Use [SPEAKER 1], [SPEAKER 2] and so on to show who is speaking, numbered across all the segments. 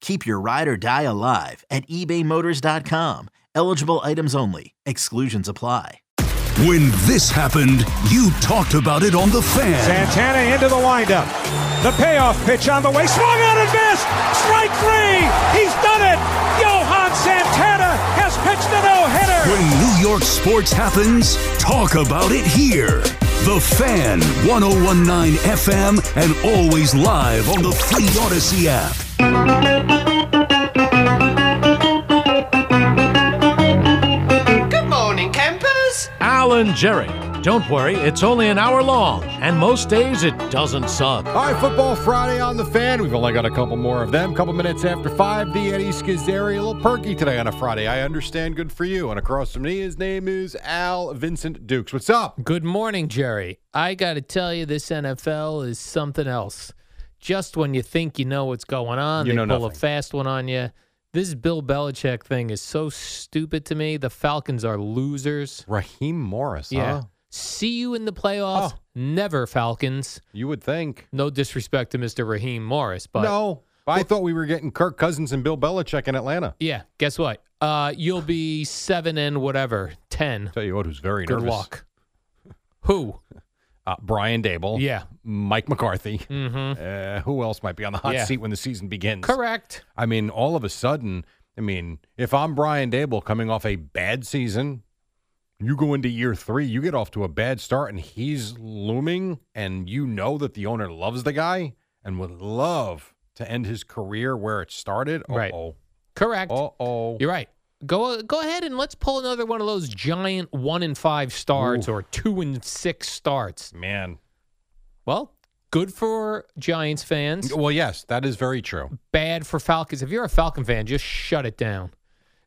[SPEAKER 1] Keep your ride or die alive at ebaymotors.com. Eligible items only. Exclusions apply.
[SPEAKER 2] When this happened, you talked about it on The Fan.
[SPEAKER 3] Santana into the windup. The payoff pitch on the way. Swung out and missed. Strike three. He's done it. Johan Santana has pitched a no hitter.
[SPEAKER 2] When New York sports happens, talk about it here. The Fan, 1019 FM, and always live on the free Odyssey app.
[SPEAKER 4] Good morning, campers.
[SPEAKER 5] Alan Jerry. Don't worry, it's only an hour long, and most days it doesn't suck.
[SPEAKER 6] All right, Football Friday on the fan. We've only got a couple more of them. Couple minutes after five, the Eddie Schizzeri. A little perky today on a Friday. I understand. Good for you. And across from me, his name is Al Vincent Dukes. What's up?
[SPEAKER 7] Good morning, Jerry. I got to tell you, this NFL is something else. Just when you think you know what's going on,
[SPEAKER 6] You
[SPEAKER 7] they
[SPEAKER 6] know
[SPEAKER 7] pull
[SPEAKER 6] nothing.
[SPEAKER 7] a fast one on you. This Bill Belichick thing is so stupid to me. The Falcons are losers.
[SPEAKER 6] Raheem Morris.
[SPEAKER 7] Yeah.
[SPEAKER 6] Huh?
[SPEAKER 7] See you in the playoffs.
[SPEAKER 6] Oh.
[SPEAKER 7] Never Falcons.
[SPEAKER 6] You would think.
[SPEAKER 7] No disrespect to Mr. Raheem Morris, but
[SPEAKER 6] no. I thought we were getting Kirk Cousins and Bill Belichick in Atlanta.
[SPEAKER 7] yeah, guess what? Uh, you'll be seven and whatever, ten.
[SPEAKER 6] Tell you what, who's very
[SPEAKER 7] Good
[SPEAKER 6] nervous.
[SPEAKER 7] luck. Who?
[SPEAKER 6] Uh, Brian Dable.
[SPEAKER 7] Yeah.
[SPEAKER 6] Mike McCarthy.
[SPEAKER 7] Mm-hmm.
[SPEAKER 6] Uh, who else might be on the hot
[SPEAKER 7] Yeah.
[SPEAKER 6] seat when the season begins?
[SPEAKER 7] Correct.
[SPEAKER 6] I mean, all of a sudden, I mean, if I'm Brian Dable coming off a bad season, you go into year three, you get off to a bad start, and he's looming, and you know that the owner loves the guy and would love to end his career where it started. Uh
[SPEAKER 7] Right.
[SPEAKER 6] oh.
[SPEAKER 7] Correct.
[SPEAKER 6] Uh oh.
[SPEAKER 7] You're right. Go go ahead and let's pull another one of those giant one and five starts or two and six starts.
[SPEAKER 6] Man.
[SPEAKER 7] Well, good for Giants fans,
[SPEAKER 6] Well, yes, that is very true.
[SPEAKER 7] bad for Falcons. If you're a Falcon fan, just shut it down.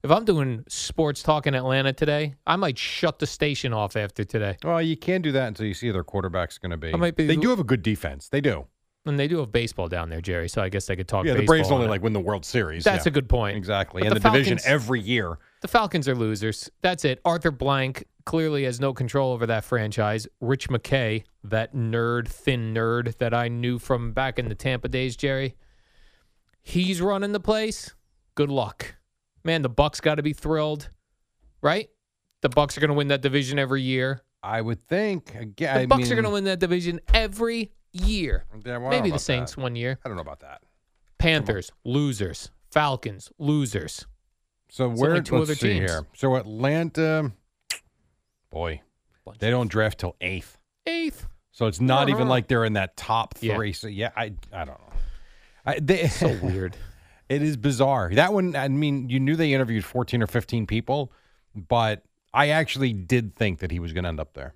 [SPEAKER 7] If I'm doing sports talk in Atlanta today, I might shut the station off after today.
[SPEAKER 6] Well, you can do that until you see their quarterback's going to be.
[SPEAKER 7] I might be-
[SPEAKER 6] They do have a good defense. They do.
[SPEAKER 7] And they do have baseball down there, Jerry, so I guess they could talk
[SPEAKER 6] yeah, the
[SPEAKER 7] baseball
[SPEAKER 6] Braves
[SPEAKER 7] on
[SPEAKER 6] only
[SPEAKER 7] it.
[SPEAKER 6] like win the World Series.
[SPEAKER 7] That's
[SPEAKER 6] Yeah.
[SPEAKER 7] a good point.
[SPEAKER 6] Exactly.
[SPEAKER 7] But
[SPEAKER 6] and the, division
[SPEAKER 7] Falcons-
[SPEAKER 6] every year.
[SPEAKER 7] The Falcons are losers. That's it. Arthur Blank clearly has no control over that franchise. Rich McKay, that nerd, thin nerd that I knew from back in the Tampa days, Jerry. He's running the place. Good luck. Man, the Bucks got to be thrilled, right? The Bucks are going to win that division every year.
[SPEAKER 6] I would think. Again,
[SPEAKER 7] The
[SPEAKER 6] I
[SPEAKER 7] Bucks are
[SPEAKER 6] mean-
[SPEAKER 7] going to win that division every year.
[SPEAKER 6] Yeah, well, I don't
[SPEAKER 7] Maybe
[SPEAKER 6] know
[SPEAKER 7] the
[SPEAKER 6] about
[SPEAKER 7] Saints
[SPEAKER 6] that.
[SPEAKER 7] one year.
[SPEAKER 6] I don't know about that.
[SPEAKER 7] Panthers, losers. Falcons, losers.
[SPEAKER 6] So
[SPEAKER 7] It's
[SPEAKER 6] where
[SPEAKER 7] only two
[SPEAKER 6] let's
[SPEAKER 7] other
[SPEAKER 6] see
[SPEAKER 7] teams.
[SPEAKER 6] here. So Atlanta, boy, they don't draft till eighth.
[SPEAKER 7] Eighth.
[SPEAKER 6] So it's not even
[SPEAKER 7] Uh-huh.
[SPEAKER 6] like they're in that top
[SPEAKER 7] Yeah.
[SPEAKER 6] three. So yeah, I I don't know. I, they,
[SPEAKER 7] So weird.
[SPEAKER 6] it is bizarre. That one. I mean, you knew they interviewed fourteen or fifteen people, but I actually did think that he was going to end up there.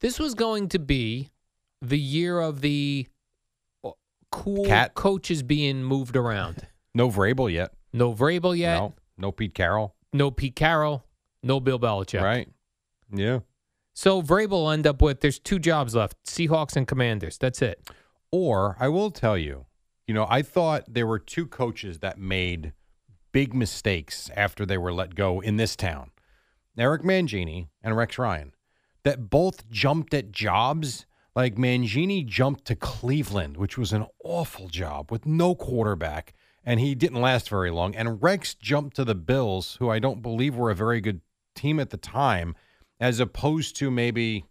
[SPEAKER 7] this was going to be the year of the uh, cool
[SPEAKER 6] Cat.
[SPEAKER 7] coaches being moved around.
[SPEAKER 6] No Vrabel yet.
[SPEAKER 7] No Vrabel yet.
[SPEAKER 6] No. No Pete Carroll.
[SPEAKER 7] No Pete Carroll. No Bill Belichick.
[SPEAKER 6] Right. Yeah.
[SPEAKER 7] So Vrabel will end up with there's two jobs left: Seahawks and Commanders. That's it.
[SPEAKER 6] Or I will tell you, you know, I thought there were two coaches that made big mistakes after they were let go in this town Eric Mangini and Rex Ryan, that both jumped at jobs. Like Mangini jumped to Cleveland, which was an awful job with no quarterback, and he didn't last very long. And Rex jumped to the Bills, who I don't believe were a very good team at the time, as opposed to maybe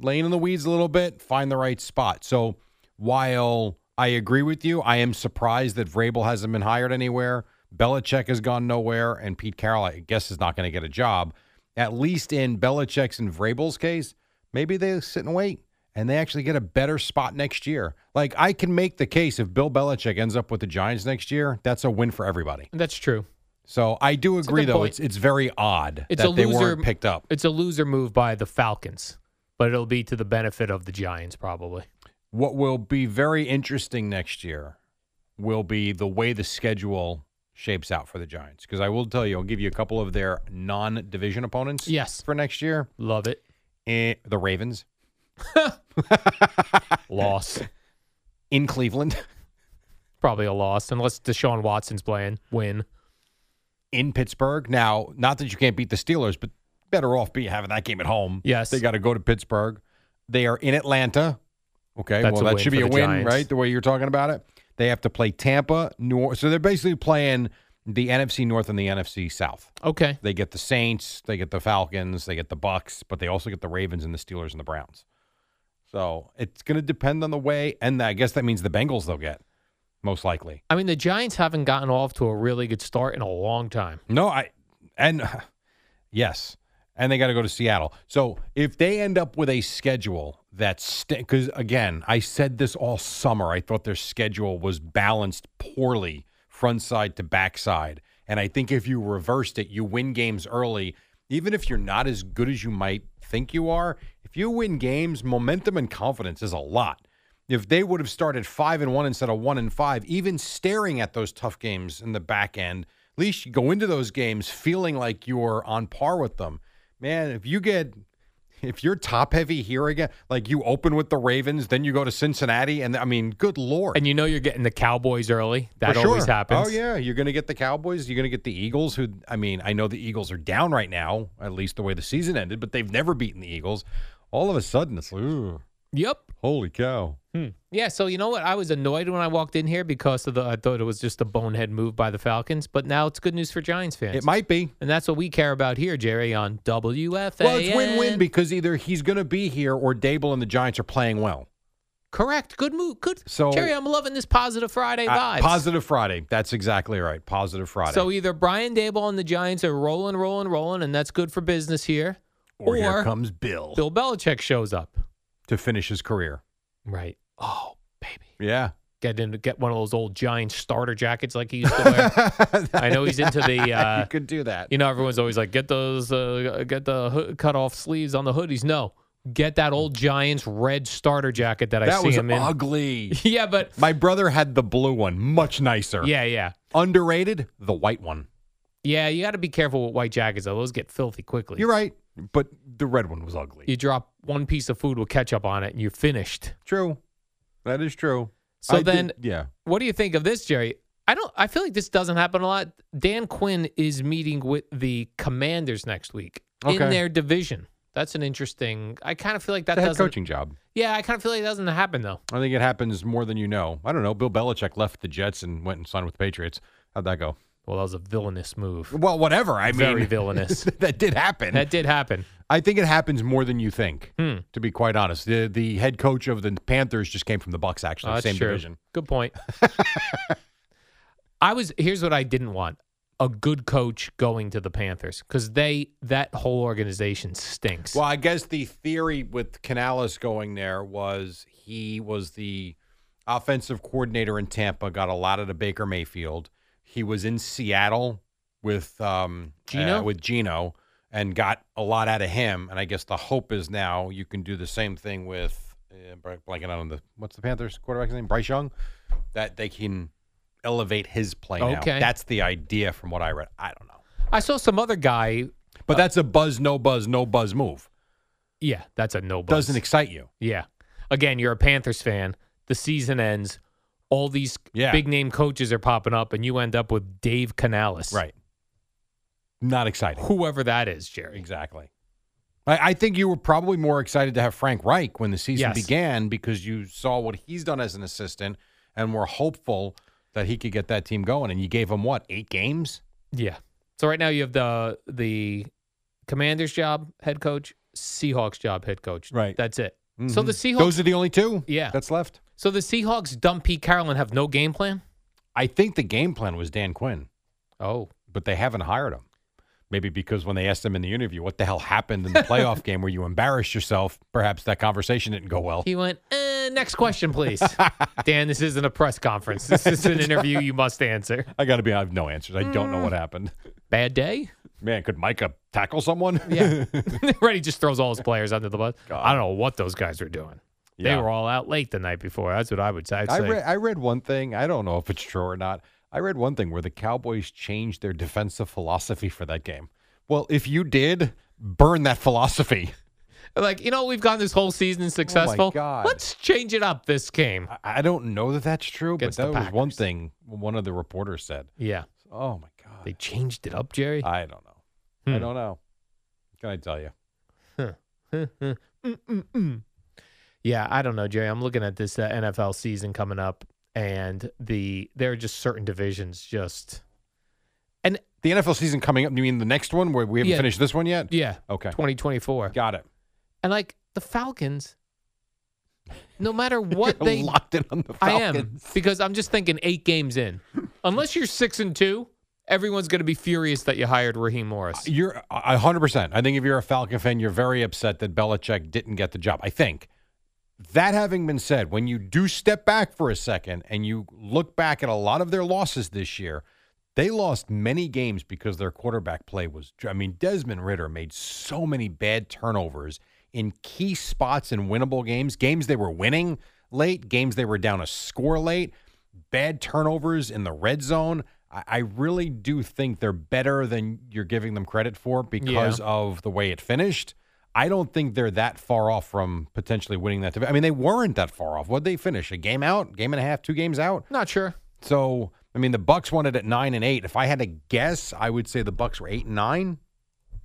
[SPEAKER 6] laying in the weeds a little bit, find the right spot. So while I agree with you, I am surprised that Vrabel hasn't been hired anywhere. Belichick has gone nowhere, and Pete Carroll, I guess, is not going to get a job. at least in Belichick's and Vrabel's case, maybe they sit and wait and they actually get a better spot next year. Like I can make the case if Bill Belichick ends up with the Giants next year, that's a win for everybody.
[SPEAKER 7] That's true.
[SPEAKER 6] So I do
[SPEAKER 7] a
[SPEAKER 6] agree
[SPEAKER 7] good
[SPEAKER 6] though,
[SPEAKER 7] point.
[SPEAKER 6] it's it's very odd
[SPEAKER 7] It's
[SPEAKER 6] that
[SPEAKER 7] a
[SPEAKER 6] they
[SPEAKER 7] loser
[SPEAKER 6] weren't picked up.
[SPEAKER 7] It's a loser move by the Falcons, but it'll be to the benefit of the Giants probably.
[SPEAKER 6] What will be very interesting next year will be the way the schedule shapes out for the Giants. Because I will tell you, I'll give you a couple of their non division opponents
[SPEAKER 7] Yes.
[SPEAKER 6] for next year.
[SPEAKER 7] Love it.
[SPEAKER 6] Eh, the Ravens
[SPEAKER 7] Loss.
[SPEAKER 6] in Cleveland,
[SPEAKER 7] probably a loss unless Deshaun Watson's playing. Win.
[SPEAKER 6] in Pittsburgh. Now, not that you can't beat the Steelers, but better off be having that game at home.
[SPEAKER 7] Yes.
[SPEAKER 6] They got to go to Pittsburgh. They are in Atlanta. Okay.
[SPEAKER 7] That's
[SPEAKER 6] well,
[SPEAKER 7] a
[SPEAKER 6] that
[SPEAKER 7] win
[SPEAKER 6] should be
[SPEAKER 7] for
[SPEAKER 6] a
[SPEAKER 7] the
[SPEAKER 6] win,
[SPEAKER 7] Giants.
[SPEAKER 6] right? The way you're talking about it. They have to play Tampa, New Orleans. So they're basically playing the NFC North and the NFC South.
[SPEAKER 7] Okay.
[SPEAKER 6] They get the Saints, they get the Falcons, they get the Bucks, but they also get the Ravens and the Steelers and the Browns. So it's going to depend on the way, and I guess that means the Bengals they'll get most likely.
[SPEAKER 7] I mean, the Giants haven't gotten off to a really good start in a long time.
[SPEAKER 6] No, I and yes, and they got to go to Seattle. So if they end up with a schedule that's because again, I said this all summer. I thought their schedule was balanced poorly, front side to back side, and I think if you reversed it, you win games early, even if you're not as good as you might think you are. If you win games, momentum and confidence is a lot. If they would have started five and one instead of one and five, even staring at those tough games in the back end, at least you go into those games feeling like you're on par with them. Man, if you get if you're top heavy here again, like you open with the Ravens, then you go to Cincinnati, and I mean, good lord.
[SPEAKER 7] And you know you're getting the Cowboys early. That
[SPEAKER 6] For
[SPEAKER 7] always
[SPEAKER 6] sure.
[SPEAKER 7] happens.
[SPEAKER 6] Oh yeah, you're going to get the Cowboys. You're going to get the Eagles. Who I mean, I know the Eagles are down right now, at least the way the season ended, but they've never beaten the Eagles. All of a sudden, it's like, "Ooh,
[SPEAKER 7] Yep.
[SPEAKER 6] holy cow!
[SPEAKER 7] Yeah, so you know what? I was annoyed when I walked in here because of the I thought it was just a bonehead move by the Falcons, but now it's good news for Giants fans.
[SPEAKER 6] It might be.
[SPEAKER 7] and that's what we care about here, Jerry, on WFAN.
[SPEAKER 6] Well, it's win-win because either he's going to be here or Dable and the Giants are playing well.
[SPEAKER 7] Correct. Good move. Good.
[SPEAKER 6] So-
[SPEAKER 7] Jerry, I'm loving this positive Friday
[SPEAKER 6] Uh,
[SPEAKER 7] vibes.
[SPEAKER 6] positive Friday. That's exactly right. Positive Friday.
[SPEAKER 7] So either Brian Dable and the Giants are rolling, rolling, rolling, and that's good for business here.
[SPEAKER 6] or, here
[SPEAKER 7] or-
[SPEAKER 6] comes Bill
[SPEAKER 7] Bill Belichick shows up.
[SPEAKER 6] to finish his career.
[SPEAKER 7] Right. Oh, baby.
[SPEAKER 6] Yeah.
[SPEAKER 7] Get in, get one of those old Giants starter jackets like he used to wear. I know he's into the. Uh,
[SPEAKER 6] you could do that.
[SPEAKER 7] you know, everyone's always like, get those, uh, get the ho- cut off sleeves on the hoodies. No, get that old Giants red starter jacket that, I
[SPEAKER 6] that
[SPEAKER 7] see
[SPEAKER 6] was
[SPEAKER 7] him in.
[SPEAKER 6] ugly.
[SPEAKER 7] yeah, but
[SPEAKER 6] My brother had the blue one, much nicer.
[SPEAKER 7] yeah, yeah,
[SPEAKER 6] Underrated, the white one.
[SPEAKER 7] yeah. You got to be careful with white jackets. though. Those get filthy quickly.
[SPEAKER 6] You're right, but the red one was ugly.
[SPEAKER 7] You drop one piece of food with ketchup on it, and you're finished.
[SPEAKER 6] True. That is true.
[SPEAKER 7] So
[SPEAKER 6] I did-
[SPEAKER 7] then,
[SPEAKER 6] yeah.
[SPEAKER 7] what do you think of this, Jerry? I don't. I feel like this doesn't happen a lot. Dan Quinn is meeting with the Commanders next week in
[SPEAKER 6] Okay.
[SPEAKER 7] their division. That's an interesting. I kind of feel like that
[SPEAKER 6] the head
[SPEAKER 7] doesn't.
[SPEAKER 6] coaching job.
[SPEAKER 7] Yeah, I kind of feel like it doesn't happen though.
[SPEAKER 6] I think it happens more than you know. I don't know. Bill Belichick left the Jets and went and signed with the Patriots. How'd that go?
[SPEAKER 7] Well, that was a villainous move.
[SPEAKER 6] Well, whatever. I
[SPEAKER 7] Very
[SPEAKER 6] mean,
[SPEAKER 7] villainous.
[SPEAKER 6] that did happen.
[SPEAKER 7] That did happen.
[SPEAKER 6] I think it happens more than you think.
[SPEAKER 7] Hmm.
[SPEAKER 6] To be quite honest, the the head coach of the Panthers just came from the Bucks. Actually,
[SPEAKER 7] Oh, that's
[SPEAKER 6] same
[SPEAKER 7] true.
[SPEAKER 6] division.
[SPEAKER 7] Good point. I was here's what I didn't want. A good coach going to the Panthers because they that whole organization stinks.
[SPEAKER 6] Well, I guess the theory with Canales going there was he was the offensive coordinator in Tampa, got a lot of the Baker Mayfield. He was in Seattle with um,
[SPEAKER 7] Geno?
[SPEAKER 6] uh, with Gino and got a lot out of him. And I guess the hope is now you can do the same thing with uh, bl- blanking out on the what's the Panthers quarterback's name Bryce Young that they can elevate his play. now.
[SPEAKER 7] Okay.
[SPEAKER 6] that's the idea from what I read. I don't know,
[SPEAKER 7] I saw some other guy.
[SPEAKER 6] but that's a buzz, no buzz, no buzz move.
[SPEAKER 7] Yeah, that's a no.
[SPEAKER 6] Doesn't excite you.
[SPEAKER 7] Yeah. Again, you're a Panthers fan. The season ends. All these
[SPEAKER 6] Yeah.
[SPEAKER 7] big name coaches are popping up, and you end up with Dave Canales.
[SPEAKER 6] Right. Not exciting.
[SPEAKER 7] Whoever that is, Jerry.
[SPEAKER 6] Exactly. I, I think you were probably more excited to have Frank Reich when the season
[SPEAKER 7] Yes.
[SPEAKER 6] began because you saw what he's done as an assistant and were hopeful that he could get that team going. And you gave him what, eight games?
[SPEAKER 7] Yeah. So right now you have the the Commanders job head coach, Seahawks job head coach.
[SPEAKER 6] Right. Mm-hmm.
[SPEAKER 7] That's it. So the Seahawks.
[SPEAKER 6] Those are the only two
[SPEAKER 7] Yeah.
[SPEAKER 6] that's left.
[SPEAKER 7] so the Seahawks dump Pete Carroll and have no game plan.
[SPEAKER 6] I think the game plan was Dan Quinn,
[SPEAKER 7] Oh,
[SPEAKER 6] but they haven't hired him. Maybe because when they asked him in the interview, what the hell happened in the playoff game where you embarrassed yourself, perhaps that conversation didn't go well.
[SPEAKER 7] He went, eh, next question, please. Dan, this isn't a press conference. This is an interview you must answer.
[SPEAKER 6] I got to be, I have no answers. I don't
[SPEAKER 7] Mm.
[SPEAKER 6] know what happened.
[SPEAKER 7] Bad day?
[SPEAKER 6] Man, could Micah tackle someone?
[SPEAKER 7] Yeah. right, he just throws all his players under the bus. I don't know what those guys were doing.
[SPEAKER 6] Yeah.
[SPEAKER 7] They were all out late the night before. That's what I would say. I'd
[SPEAKER 6] I
[SPEAKER 7] say,
[SPEAKER 6] read, I read one thing. I don't know if it's true or not. I read one thing where the Cowboys changed their defensive philosophy for that game. Well, if you did, burn that philosophy.
[SPEAKER 7] like, you know, we've gone this whole season successful.
[SPEAKER 6] Oh God.
[SPEAKER 7] Let's change it up this game.
[SPEAKER 6] I- I don't know that that's true, but
[SPEAKER 7] Against the
[SPEAKER 6] that was one
[SPEAKER 7] Packers.
[SPEAKER 6] thing one of the reporters said.
[SPEAKER 7] Yeah.
[SPEAKER 6] Oh my god,
[SPEAKER 7] They changed it up, Jerry.
[SPEAKER 6] I don't know. I
[SPEAKER 7] Hmm.
[SPEAKER 6] don't know. What Can I tell you?
[SPEAKER 7] Mm-mm-mm. Yeah, I don't know, Jerry. I'm looking at this uh, NFL season coming up, and the there are just certain divisions. Just
[SPEAKER 6] The NFL season coming up. You mean the next one where we haven't
[SPEAKER 7] Yeah.
[SPEAKER 6] finished this one yet?
[SPEAKER 7] yeah,
[SPEAKER 6] Okay.
[SPEAKER 7] 2024,
[SPEAKER 6] Got it.
[SPEAKER 7] and like the Falcons. No matter what
[SPEAKER 6] You're
[SPEAKER 7] they,
[SPEAKER 6] locked in on the
[SPEAKER 7] I
[SPEAKER 6] Falcons.
[SPEAKER 7] am because I'm just thinking eight games in. Unless you're six and two, everyone's going to be furious that you hired Raheem Morris.
[SPEAKER 6] You're a hundred percent. I think if you're a Falcon fan, you're very upset that Belichick didn't get the job. I think that having been said, when you do step back for a second and you look back at a lot of their losses this year, they lost many games because their quarterback play was. I mean, Desmond Ritter made so many bad turnovers in key spots in winnable games, games they were winning late, games they were down a score late bad turnovers in the red zone. I, I really do think they're better than you're giving them credit for because of the way it finished. I don't think they're that far off from potentially winning that. divi- I mean, they weren't that far off. What would they finish? A game out, game and a half, two games out.
[SPEAKER 7] Not sure.
[SPEAKER 6] So, I mean, the Bucks won it at nine and eight. If I had to guess, I would say the Bucks were eight and nine.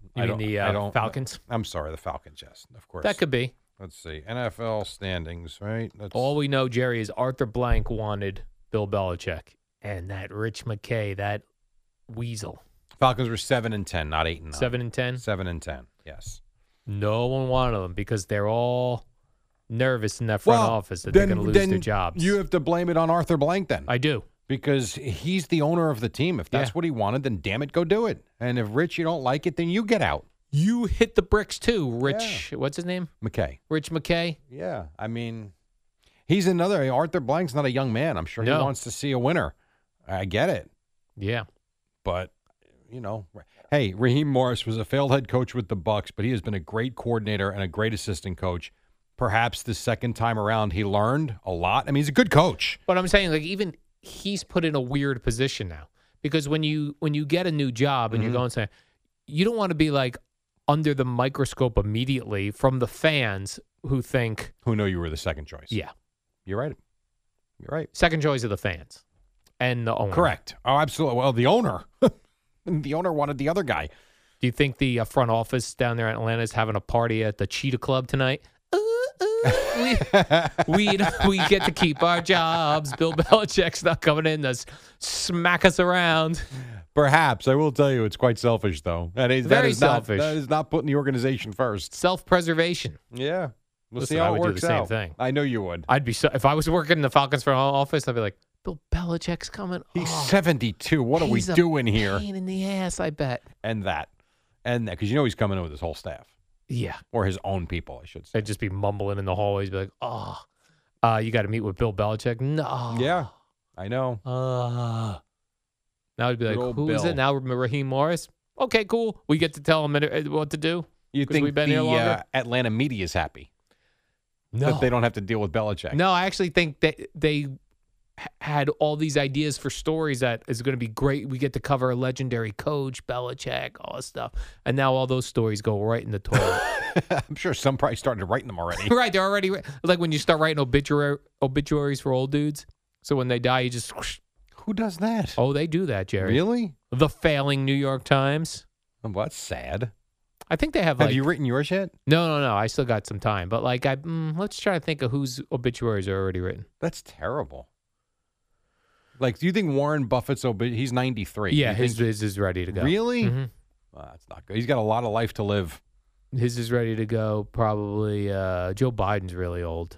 [SPEAKER 7] You
[SPEAKER 6] I
[SPEAKER 7] mean
[SPEAKER 6] don't-
[SPEAKER 7] the
[SPEAKER 6] I
[SPEAKER 7] uh,
[SPEAKER 6] don't-
[SPEAKER 7] Falcons?
[SPEAKER 6] I'm sorry, the Falcons. Yes, of course.
[SPEAKER 7] That could be.
[SPEAKER 6] Let's see NFL standings, right? That's
[SPEAKER 7] All we know, Jerry, is Arthur Blank wanted Bill Belichick and that Rich McKay, that weasel,
[SPEAKER 6] Falcons were seven and ten, not eight and nine.
[SPEAKER 7] seven and ten.
[SPEAKER 6] Seven and ten. Yes.
[SPEAKER 7] No one wanted them because they're all nervous in that front office that they're going to lose their
[SPEAKER 6] then
[SPEAKER 7] jobs.
[SPEAKER 6] You have to blame it on Arthur Blank then,
[SPEAKER 7] I do.
[SPEAKER 6] because he's the owner of the team. If that's
[SPEAKER 7] Yeah.
[SPEAKER 6] what he wanted, then damn it, go do it. And if Rich, you don't like it, then you get out.
[SPEAKER 7] You hit the bricks too, Rich. What's his name?
[SPEAKER 6] McKay.
[SPEAKER 7] Rich McKay.
[SPEAKER 6] Yeah, I mean, he's another Arthur Blank's not a young man. I'm sure he
[SPEAKER 7] No.
[SPEAKER 6] wants to see a winner. I get it,
[SPEAKER 7] Yeah.
[SPEAKER 6] but you know, hey, Raheem Morris was a failed head coach with the Bucks, but he has been a great coordinator and a great assistant coach. Perhaps the second time around, he learned a lot. I mean, he's a good coach.
[SPEAKER 7] But I'm saying, like, even he's put in a weird position now because when you when you get a new job and you're going to, you don't want to be like under the microscope immediately from the fans who think,
[SPEAKER 6] Who know you were the second choice?
[SPEAKER 7] yeah,
[SPEAKER 6] You're right. You're right.
[SPEAKER 7] second choice of the fans and the owner.
[SPEAKER 6] Correct. Oh, absolutely. Well, the owner. the owner wanted the other guy.
[SPEAKER 7] Do you think the uh, front office down there in Atlanta is having a party at the Cheetah Club tonight? Ooh, ooh, we, we we get to keep our jobs. Bill Belichick's not coming in to s- smack us around.
[SPEAKER 6] Perhaps. I will tell you it's quite selfish though. That is that
[SPEAKER 7] Very
[SPEAKER 6] is
[SPEAKER 7] selfish.
[SPEAKER 6] not that is not putting the organization first.
[SPEAKER 7] Self-preservation.
[SPEAKER 6] Yeah. We'll
[SPEAKER 7] Listen,
[SPEAKER 6] see how
[SPEAKER 7] I
[SPEAKER 6] it
[SPEAKER 7] would do
[SPEAKER 6] works
[SPEAKER 7] the same
[SPEAKER 6] out.
[SPEAKER 7] thing.
[SPEAKER 6] I know you would.
[SPEAKER 7] I'd be so, if I was working in the Falcons front office, I'd be like, Bill Belichick's coming.
[SPEAKER 6] He's
[SPEAKER 7] Oh,
[SPEAKER 6] 72. What are we
[SPEAKER 7] he's a
[SPEAKER 6] doing here?
[SPEAKER 7] Pain in the ass, I bet.
[SPEAKER 6] And that. And that cuz you know he's coming in with his whole staff
[SPEAKER 7] Yeah,
[SPEAKER 6] or his own people, I should say.
[SPEAKER 7] I'd just be mumbling in the hallways, be like, oh, uh, you got to meet with Bill Belichick. No.
[SPEAKER 6] Yeah. I know.
[SPEAKER 7] Uh, now I'd be
[SPEAKER 6] Good
[SPEAKER 7] like, who
[SPEAKER 6] old
[SPEAKER 7] is
[SPEAKER 6] Bill.
[SPEAKER 7] it now? Raheem Morris. Okay, cool. We get to tell him it- what to do.
[SPEAKER 6] You
[SPEAKER 7] 'Cause
[SPEAKER 6] think
[SPEAKER 7] we've been
[SPEAKER 6] the
[SPEAKER 7] here longer?
[SPEAKER 6] uh, Atlanta media is happy
[SPEAKER 7] No,
[SPEAKER 6] that they don't have to deal with Belichick?
[SPEAKER 7] no. I actually think that they h- had all these ideas for stories that is going to be great. We get to cover a legendary coach, Belichick, all this stuff, and now all those stories go right in the toilet.
[SPEAKER 6] I'm sure some probably started writing them already.
[SPEAKER 7] right? They're already like when you start writing obituary obituaries for old dudes. So when they die, you just
[SPEAKER 6] Who does that?
[SPEAKER 7] oh, they do that, Jerry.
[SPEAKER 6] really? Oh,
[SPEAKER 7] The failing New York Times.
[SPEAKER 6] Well, that's sad.
[SPEAKER 7] I think they have
[SPEAKER 6] Have
[SPEAKER 7] like
[SPEAKER 6] you written yours yet?
[SPEAKER 7] No, no, no. I still got some time, but like, I mm, let's try to think of whose obituaries are already written.
[SPEAKER 6] That's terrible. Like, do you think Warren Buffett's obi- he's ninety three?
[SPEAKER 7] Yeah, his, his is ready to go.
[SPEAKER 6] really?
[SPEAKER 7] Mhm.
[SPEAKER 6] Well, that's not good. He's got a lot of life to live.
[SPEAKER 7] His is ready to go. Probably uh, Joe Biden's really old.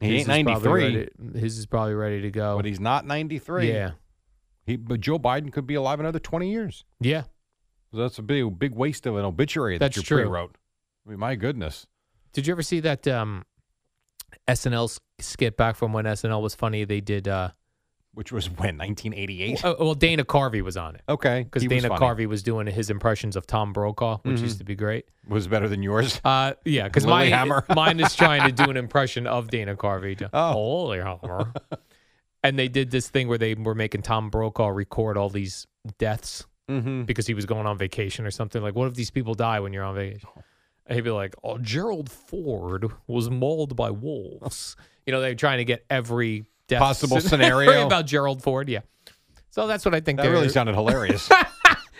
[SPEAKER 6] He
[SPEAKER 7] His
[SPEAKER 6] ain't
[SPEAKER 7] is
[SPEAKER 6] ninety
[SPEAKER 7] probably
[SPEAKER 6] three,
[SPEAKER 7] ready- His is probably ready to go.
[SPEAKER 6] but he's not ninety three.
[SPEAKER 7] Yeah,
[SPEAKER 6] He, but Joe Biden could be alive another twenty years.
[SPEAKER 7] yeah.
[SPEAKER 6] That's a big, big waste of an obituary
[SPEAKER 7] That's
[SPEAKER 6] that you
[SPEAKER 7] true.
[SPEAKER 6] pre-wrote. I mean, my goodness.
[SPEAKER 7] Did you ever see that um, SNL s- skit back from when SNL was funny? They did. Uh,
[SPEAKER 6] Which was when 1988.
[SPEAKER 7] oh, well, Dana Carvey was on it
[SPEAKER 6] Okay,
[SPEAKER 7] because
[SPEAKER 6] he was
[SPEAKER 7] Dana
[SPEAKER 6] funny. Mm-hmm.
[SPEAKER 7] Carvey was doing his impressions of Tom Brokaw, which used to be great.
[SPEAKER 6] was better than yours.
[SPEAKER 7] Uh, yeah, because
[SPEAKER 6] Lily
[SPEAKER 7] mine,
[SPEAKER 6] Hammer.
[SPEAKER 7] mine is trying to do an impression of Dana Carvey. To,
[SPEAKER 6] Oh.
[SPEAKER 7] Holy Hammer. and they did this thing where they were making Tom Brokaw record all these deaths
[SPEAKER 6] Mm-hmm.
[SPEAKER 7] because he was going on vacation or something. Like, what if these people die when you're on vacation? And he'd be like, oh, Gerald Ford was mauled by wolves. You know, they're trying to get every death
[SPEAKER 6] Possible
[SPEAKER 7] scen-
[SPEAKER 6] scenario.
[SPEAKER 7] about Gerald Ford. Yeah. So that's what I think.
[SPEAKER 6] That really
[SPEAKER 7] they're-
[SPEAKER 6] sounded hilarious.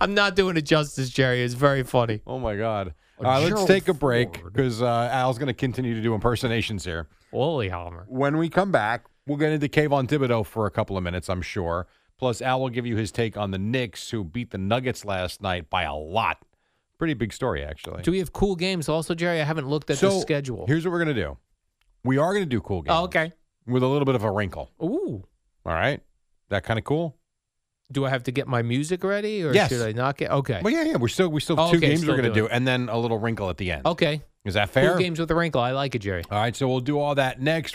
[SPEAKER 7] I'm not doing it justice, Jerry. It's very funny.
[SPEAKER 6] oh my god!
[SPEAKER 7] A
[SPEAKER 6] All right, let's
[SPEAKER 7] Gerald
[SPEAKER 6] take a break
[SPEAKER 7] Ford.
[SPEAKER 6] because uh, Al's going to continue to do impersonations here.
[SPEAKER 7] Holy Hammer.
[SPEAKER 6] When we come back, we'll get into Kayvon Thibodeau for a couple of minutes, I'm sure. Plus, Al will give you his take on the Knicks, who beat the Nuggets last night by a lot. Pretty big story, actually.
[SPEAKER 7] Do we have cool games also, Jerry? I haven't looked at
[SPEAKER 6] so
[SPEAKER 7] the schedule.
[SPEAKER 6] Here's what we're going to do. We are going to do cool games.
[SPEAKER 7] oh, okay.
[SPEAKER 6] With a little bit of a wrinkle.
[SPEAKER 7] Ooh.
[SPEAKER 6] All right. That kind of cool.
[SPEAKER 7] Do I have to get my music ready or
[SPEAKER 6] Yes.
[SPEAKER 7] should I not get? Okay.
[SPEAKER 6] Well, yeah, yeah. We're still we still have
[SPEAKER 7] Oh,
[SPEAKER 6] two
[SPEAKER 7] okay,
[SPEAKER 6] games
[SPEAKER 7] still
[SPEAKER 6] we're going to
[SPEAKER 7] do
[SPEAKER 6] do,
[SPEAKER 7] it.
[SPEAKER 6] and then a little wrinkle at the end.
[SPEAKER 7] Okay.
[SPEAKER 6] Is that fair?
[SPEAKER 7] Cool games with a wrinkle. I like it, Jerry.
[SPEAKER 6] All right. So we'll do all that next.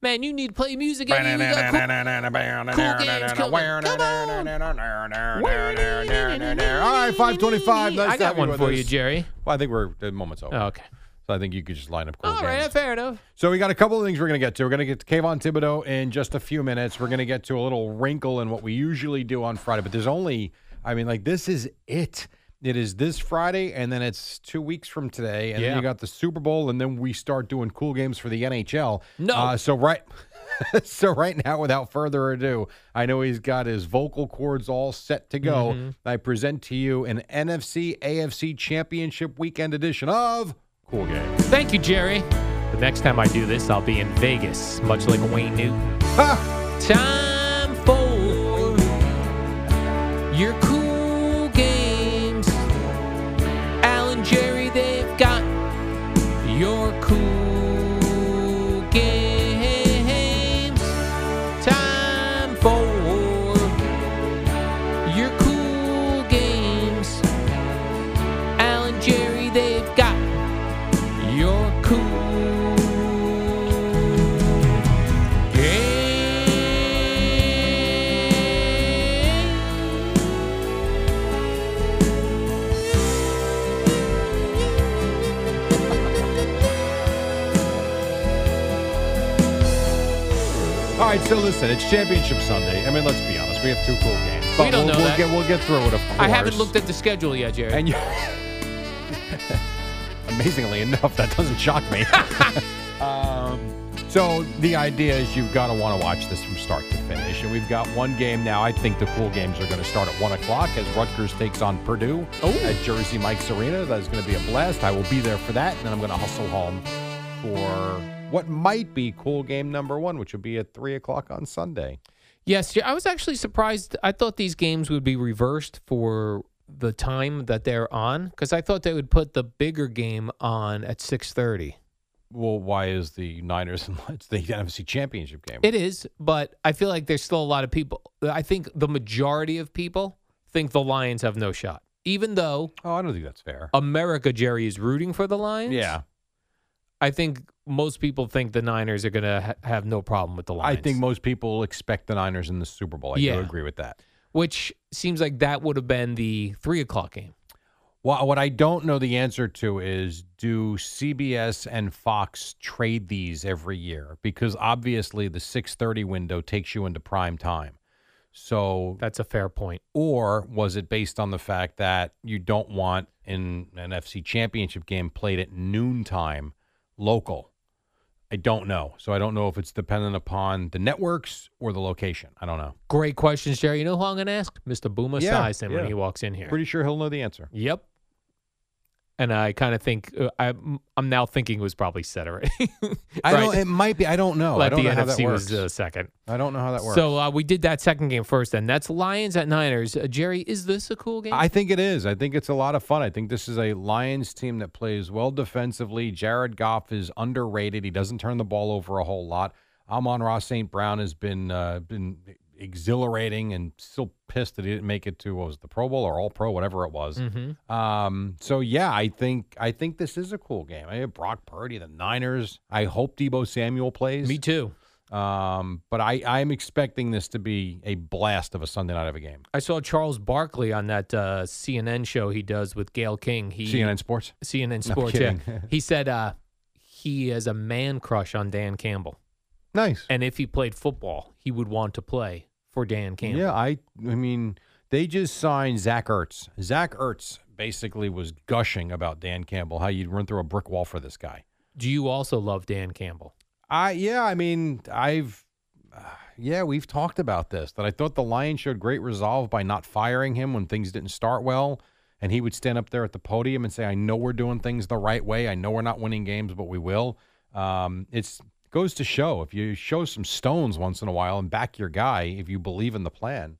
[SPEAKER 7] Man, you need to play music. and you got cool-
[SPEAKER 6] All right, 525. Nice
[SPEAKER 7] I
[SPEAKER 6] to have
[SPEAKER 7] got one
[SPEAKER 6] with
[SPEAKER 7] for
[SPEAKER 6] us.
[SPEAKER 7] you, Jerry.
[SPEAKER 6] Well, I think we're the moment's over.
[SPEAKER 7] Oh, okay.
[SPEAKER 6] So I think you could just line up cool
[SPEAKER 7] All right,
[SPEAKER 6] games.
[SPEAKER 7] fair enough.
[SPEAKER 6] So we got a couple of things we're going to get to. We're going to get to Kayvon Thibodeau in just a few minutes. We're going to get to a little wrinkle in what we usually do on Friday, but there's only, I mean, like this is it. It is this Friday, and then it's two weeks from today, and
[SPEAKER 7] Yeah.
[SPEAKER 6] then you got the Super Bowl, and then we start doing cool games for the NHL.
[SPEAKER 7] No.
[SPEAKER 6] uh, so right, so right now, without further ado, I know he's got his vocal cords all set to go.
[SPEAKER 7] Mm-hmm.
[SPEAKER 6] I present to you an NFC AFC Championship Weekend edition of Cool Game.
[SPEAKER 7] Thank you, Jerry. The next time I do this, I'll be in Vegas, much like Wayne Newton. Time for your cool games. Al and Jerry, they've got your cool games. Time for
[SPEAKER 6] right, so listen, it's Championship Sunday. I mean, let's be honest, we have two cool games. But
[SPEAKER 7] We don't
[SPEAKER 6] will
[SPEAKER 7] know
[SPEAKER 6] we'll
[SPEAKER 7] that.
[SPEAKER 6] get we'll get through it. Of course,
[SPEAKER 7] I haven't looked at the schedule yet, Jerry.
[SPEAKER 6] And you, amazingly enough, that doesn't shock me. um, so the idea is you've got to want to watch this from start to finish, and we've got one game now. I think the cool games are going to start at one o'clock as Rutgers takes on Purdue at Jersey Mike's Arena. That is going to be a blast. I will be there for that, and then I'm going to hustle home for what might be cool game number one, which will be at three o'clock on Sunday.
[SPEAKER 7] Yes, yeah, I was actually surprised. I thought these games would be reversed for the time that they're on because I thought they would put the bigger game on at 6:30.
[SPEAKER 6] Well, why is the Niners and it's the NFC Championship game?
[SPEAKER 7] It is, but I feel like there's still a lot of people. I think the majority of people think the Lions have no shot, even though
[SPEAKER 6] Oh, I don't think that's fair.
[SPEAKER 7] America Jerry is rooting for the Lions.
[SPEAKER 6] Yeah.
[SPEAKER 7] I think most people think the Niners are going to ha- have no problem with the
[SPEAKER 6] I
[SPEAKER 7] Lions.
[SPEAKER 6] think most people expect the Niners in the Super Bowl. I
[SPEAKER 7] Yeah.
[SPEAKER 6] do agree with that.
[SPEAKER 7] which seems like that would have been the three o'clock game.
[SPEAKER 6] Well, what I don't know the answer to is do CBS and Fox trade these every year? Because obviously the 6:30 window takes you into prime time. So
[SPEAKER 7] That's a fair point.
[SPEAKER 6] or was it based on the fact that you don't want in an FC championship game played at noontime local? I don't know. So I don't know if it's dependent upon the networks or the location. I don't know.
[SPEAKER 7] Great questions, Jerry. You know who I'm going to ask? Mr. Boomer
[SPEAKER 6] Yeah,
[SPEAKER 7] Esiason when
[SPEAKER 6] yeah.
[SPEAKER 7] he walks in here.
[SPEAKER 6] Pretty sure he'll know the answer.
[SPEAKER 7] Yep. And I kind of think uh, I'm, I'm now thinking it was probably set already.
[SPEAKER 6] I
[SPEAKER 7] Right?
[SPEAKER 6] don't. It might be. I don't know. I
[SPEAKER 7] Like
[SPEAKER 6] don't know
[SPEAKER 7] the NFC
[SPEAKER 6] how that works.
[SPEAKER 7] was uh, second.
[SPEAKER 6] I don't know how that works.
[SPEAKER 7] So uh, we did that second game first. Then that's Lions at Niners. Uh, Jerry, is this a cool game?
[SPEAKER 6] I think it is. I think it's a lot of fun. I think this is a Lions team that plays well defensively. Jared Goff is underrated. He doesn't turn the ball over a whole lot. Amon Ross St. Brown has been uh, been exhilarating and still pissed that he didn't make it to what was it, the Pro Bowl or All Pro, whatever it was.
[SPEAKER 7] Mhm.
[SPEAKER 6] Um, so yeah, I think I think this is a cool game. I have Brock Purdy, the Niners. I hope Debo Samuel plays.
[SPEAKER 7] Me too.
[SPEAKER 6] Um, but I, I'm expecting this to be a blast of a Sunday night of a game.
[SPEAKER 7] I saw Charles Barkley on that uh, CNN show he does with Gail King. He
[SPEAKER 6] CNN Sports.
[SPEAKER 7] CNN
[SPEAKER 6] No,
[SPEAKER 7] Sports. yeah.
[SPEAKER 6] kidding.
[SPEAKER 7] he said uh, he has a man crush on Dan Campbell,
[SPEAKER 6] Nice.
[SPEAKER 7] and if he played football, he would want to play for Dan Campbell.
[SPEAKER 6] Yeah, I I mean, they just signed Zach Ertz. Zach Ertz basically was gushing about Dan Campbell, how you'd run through a brick wall for this guy.
[SPEAKER 7] Do you also love Dan Campbell?
[SPEAKER 6] I yeah, I mean, I've uh, yeah, we've talked about this that I thought the Lions showed great resolve by not firing him when things didn't start well, and he would stand up there at the podium and say, "I know we're doing things the right way. I know we're not winning games, but we will." Um, it's goes to show if you show some stones once in a while and back your guy if you believe in the plan.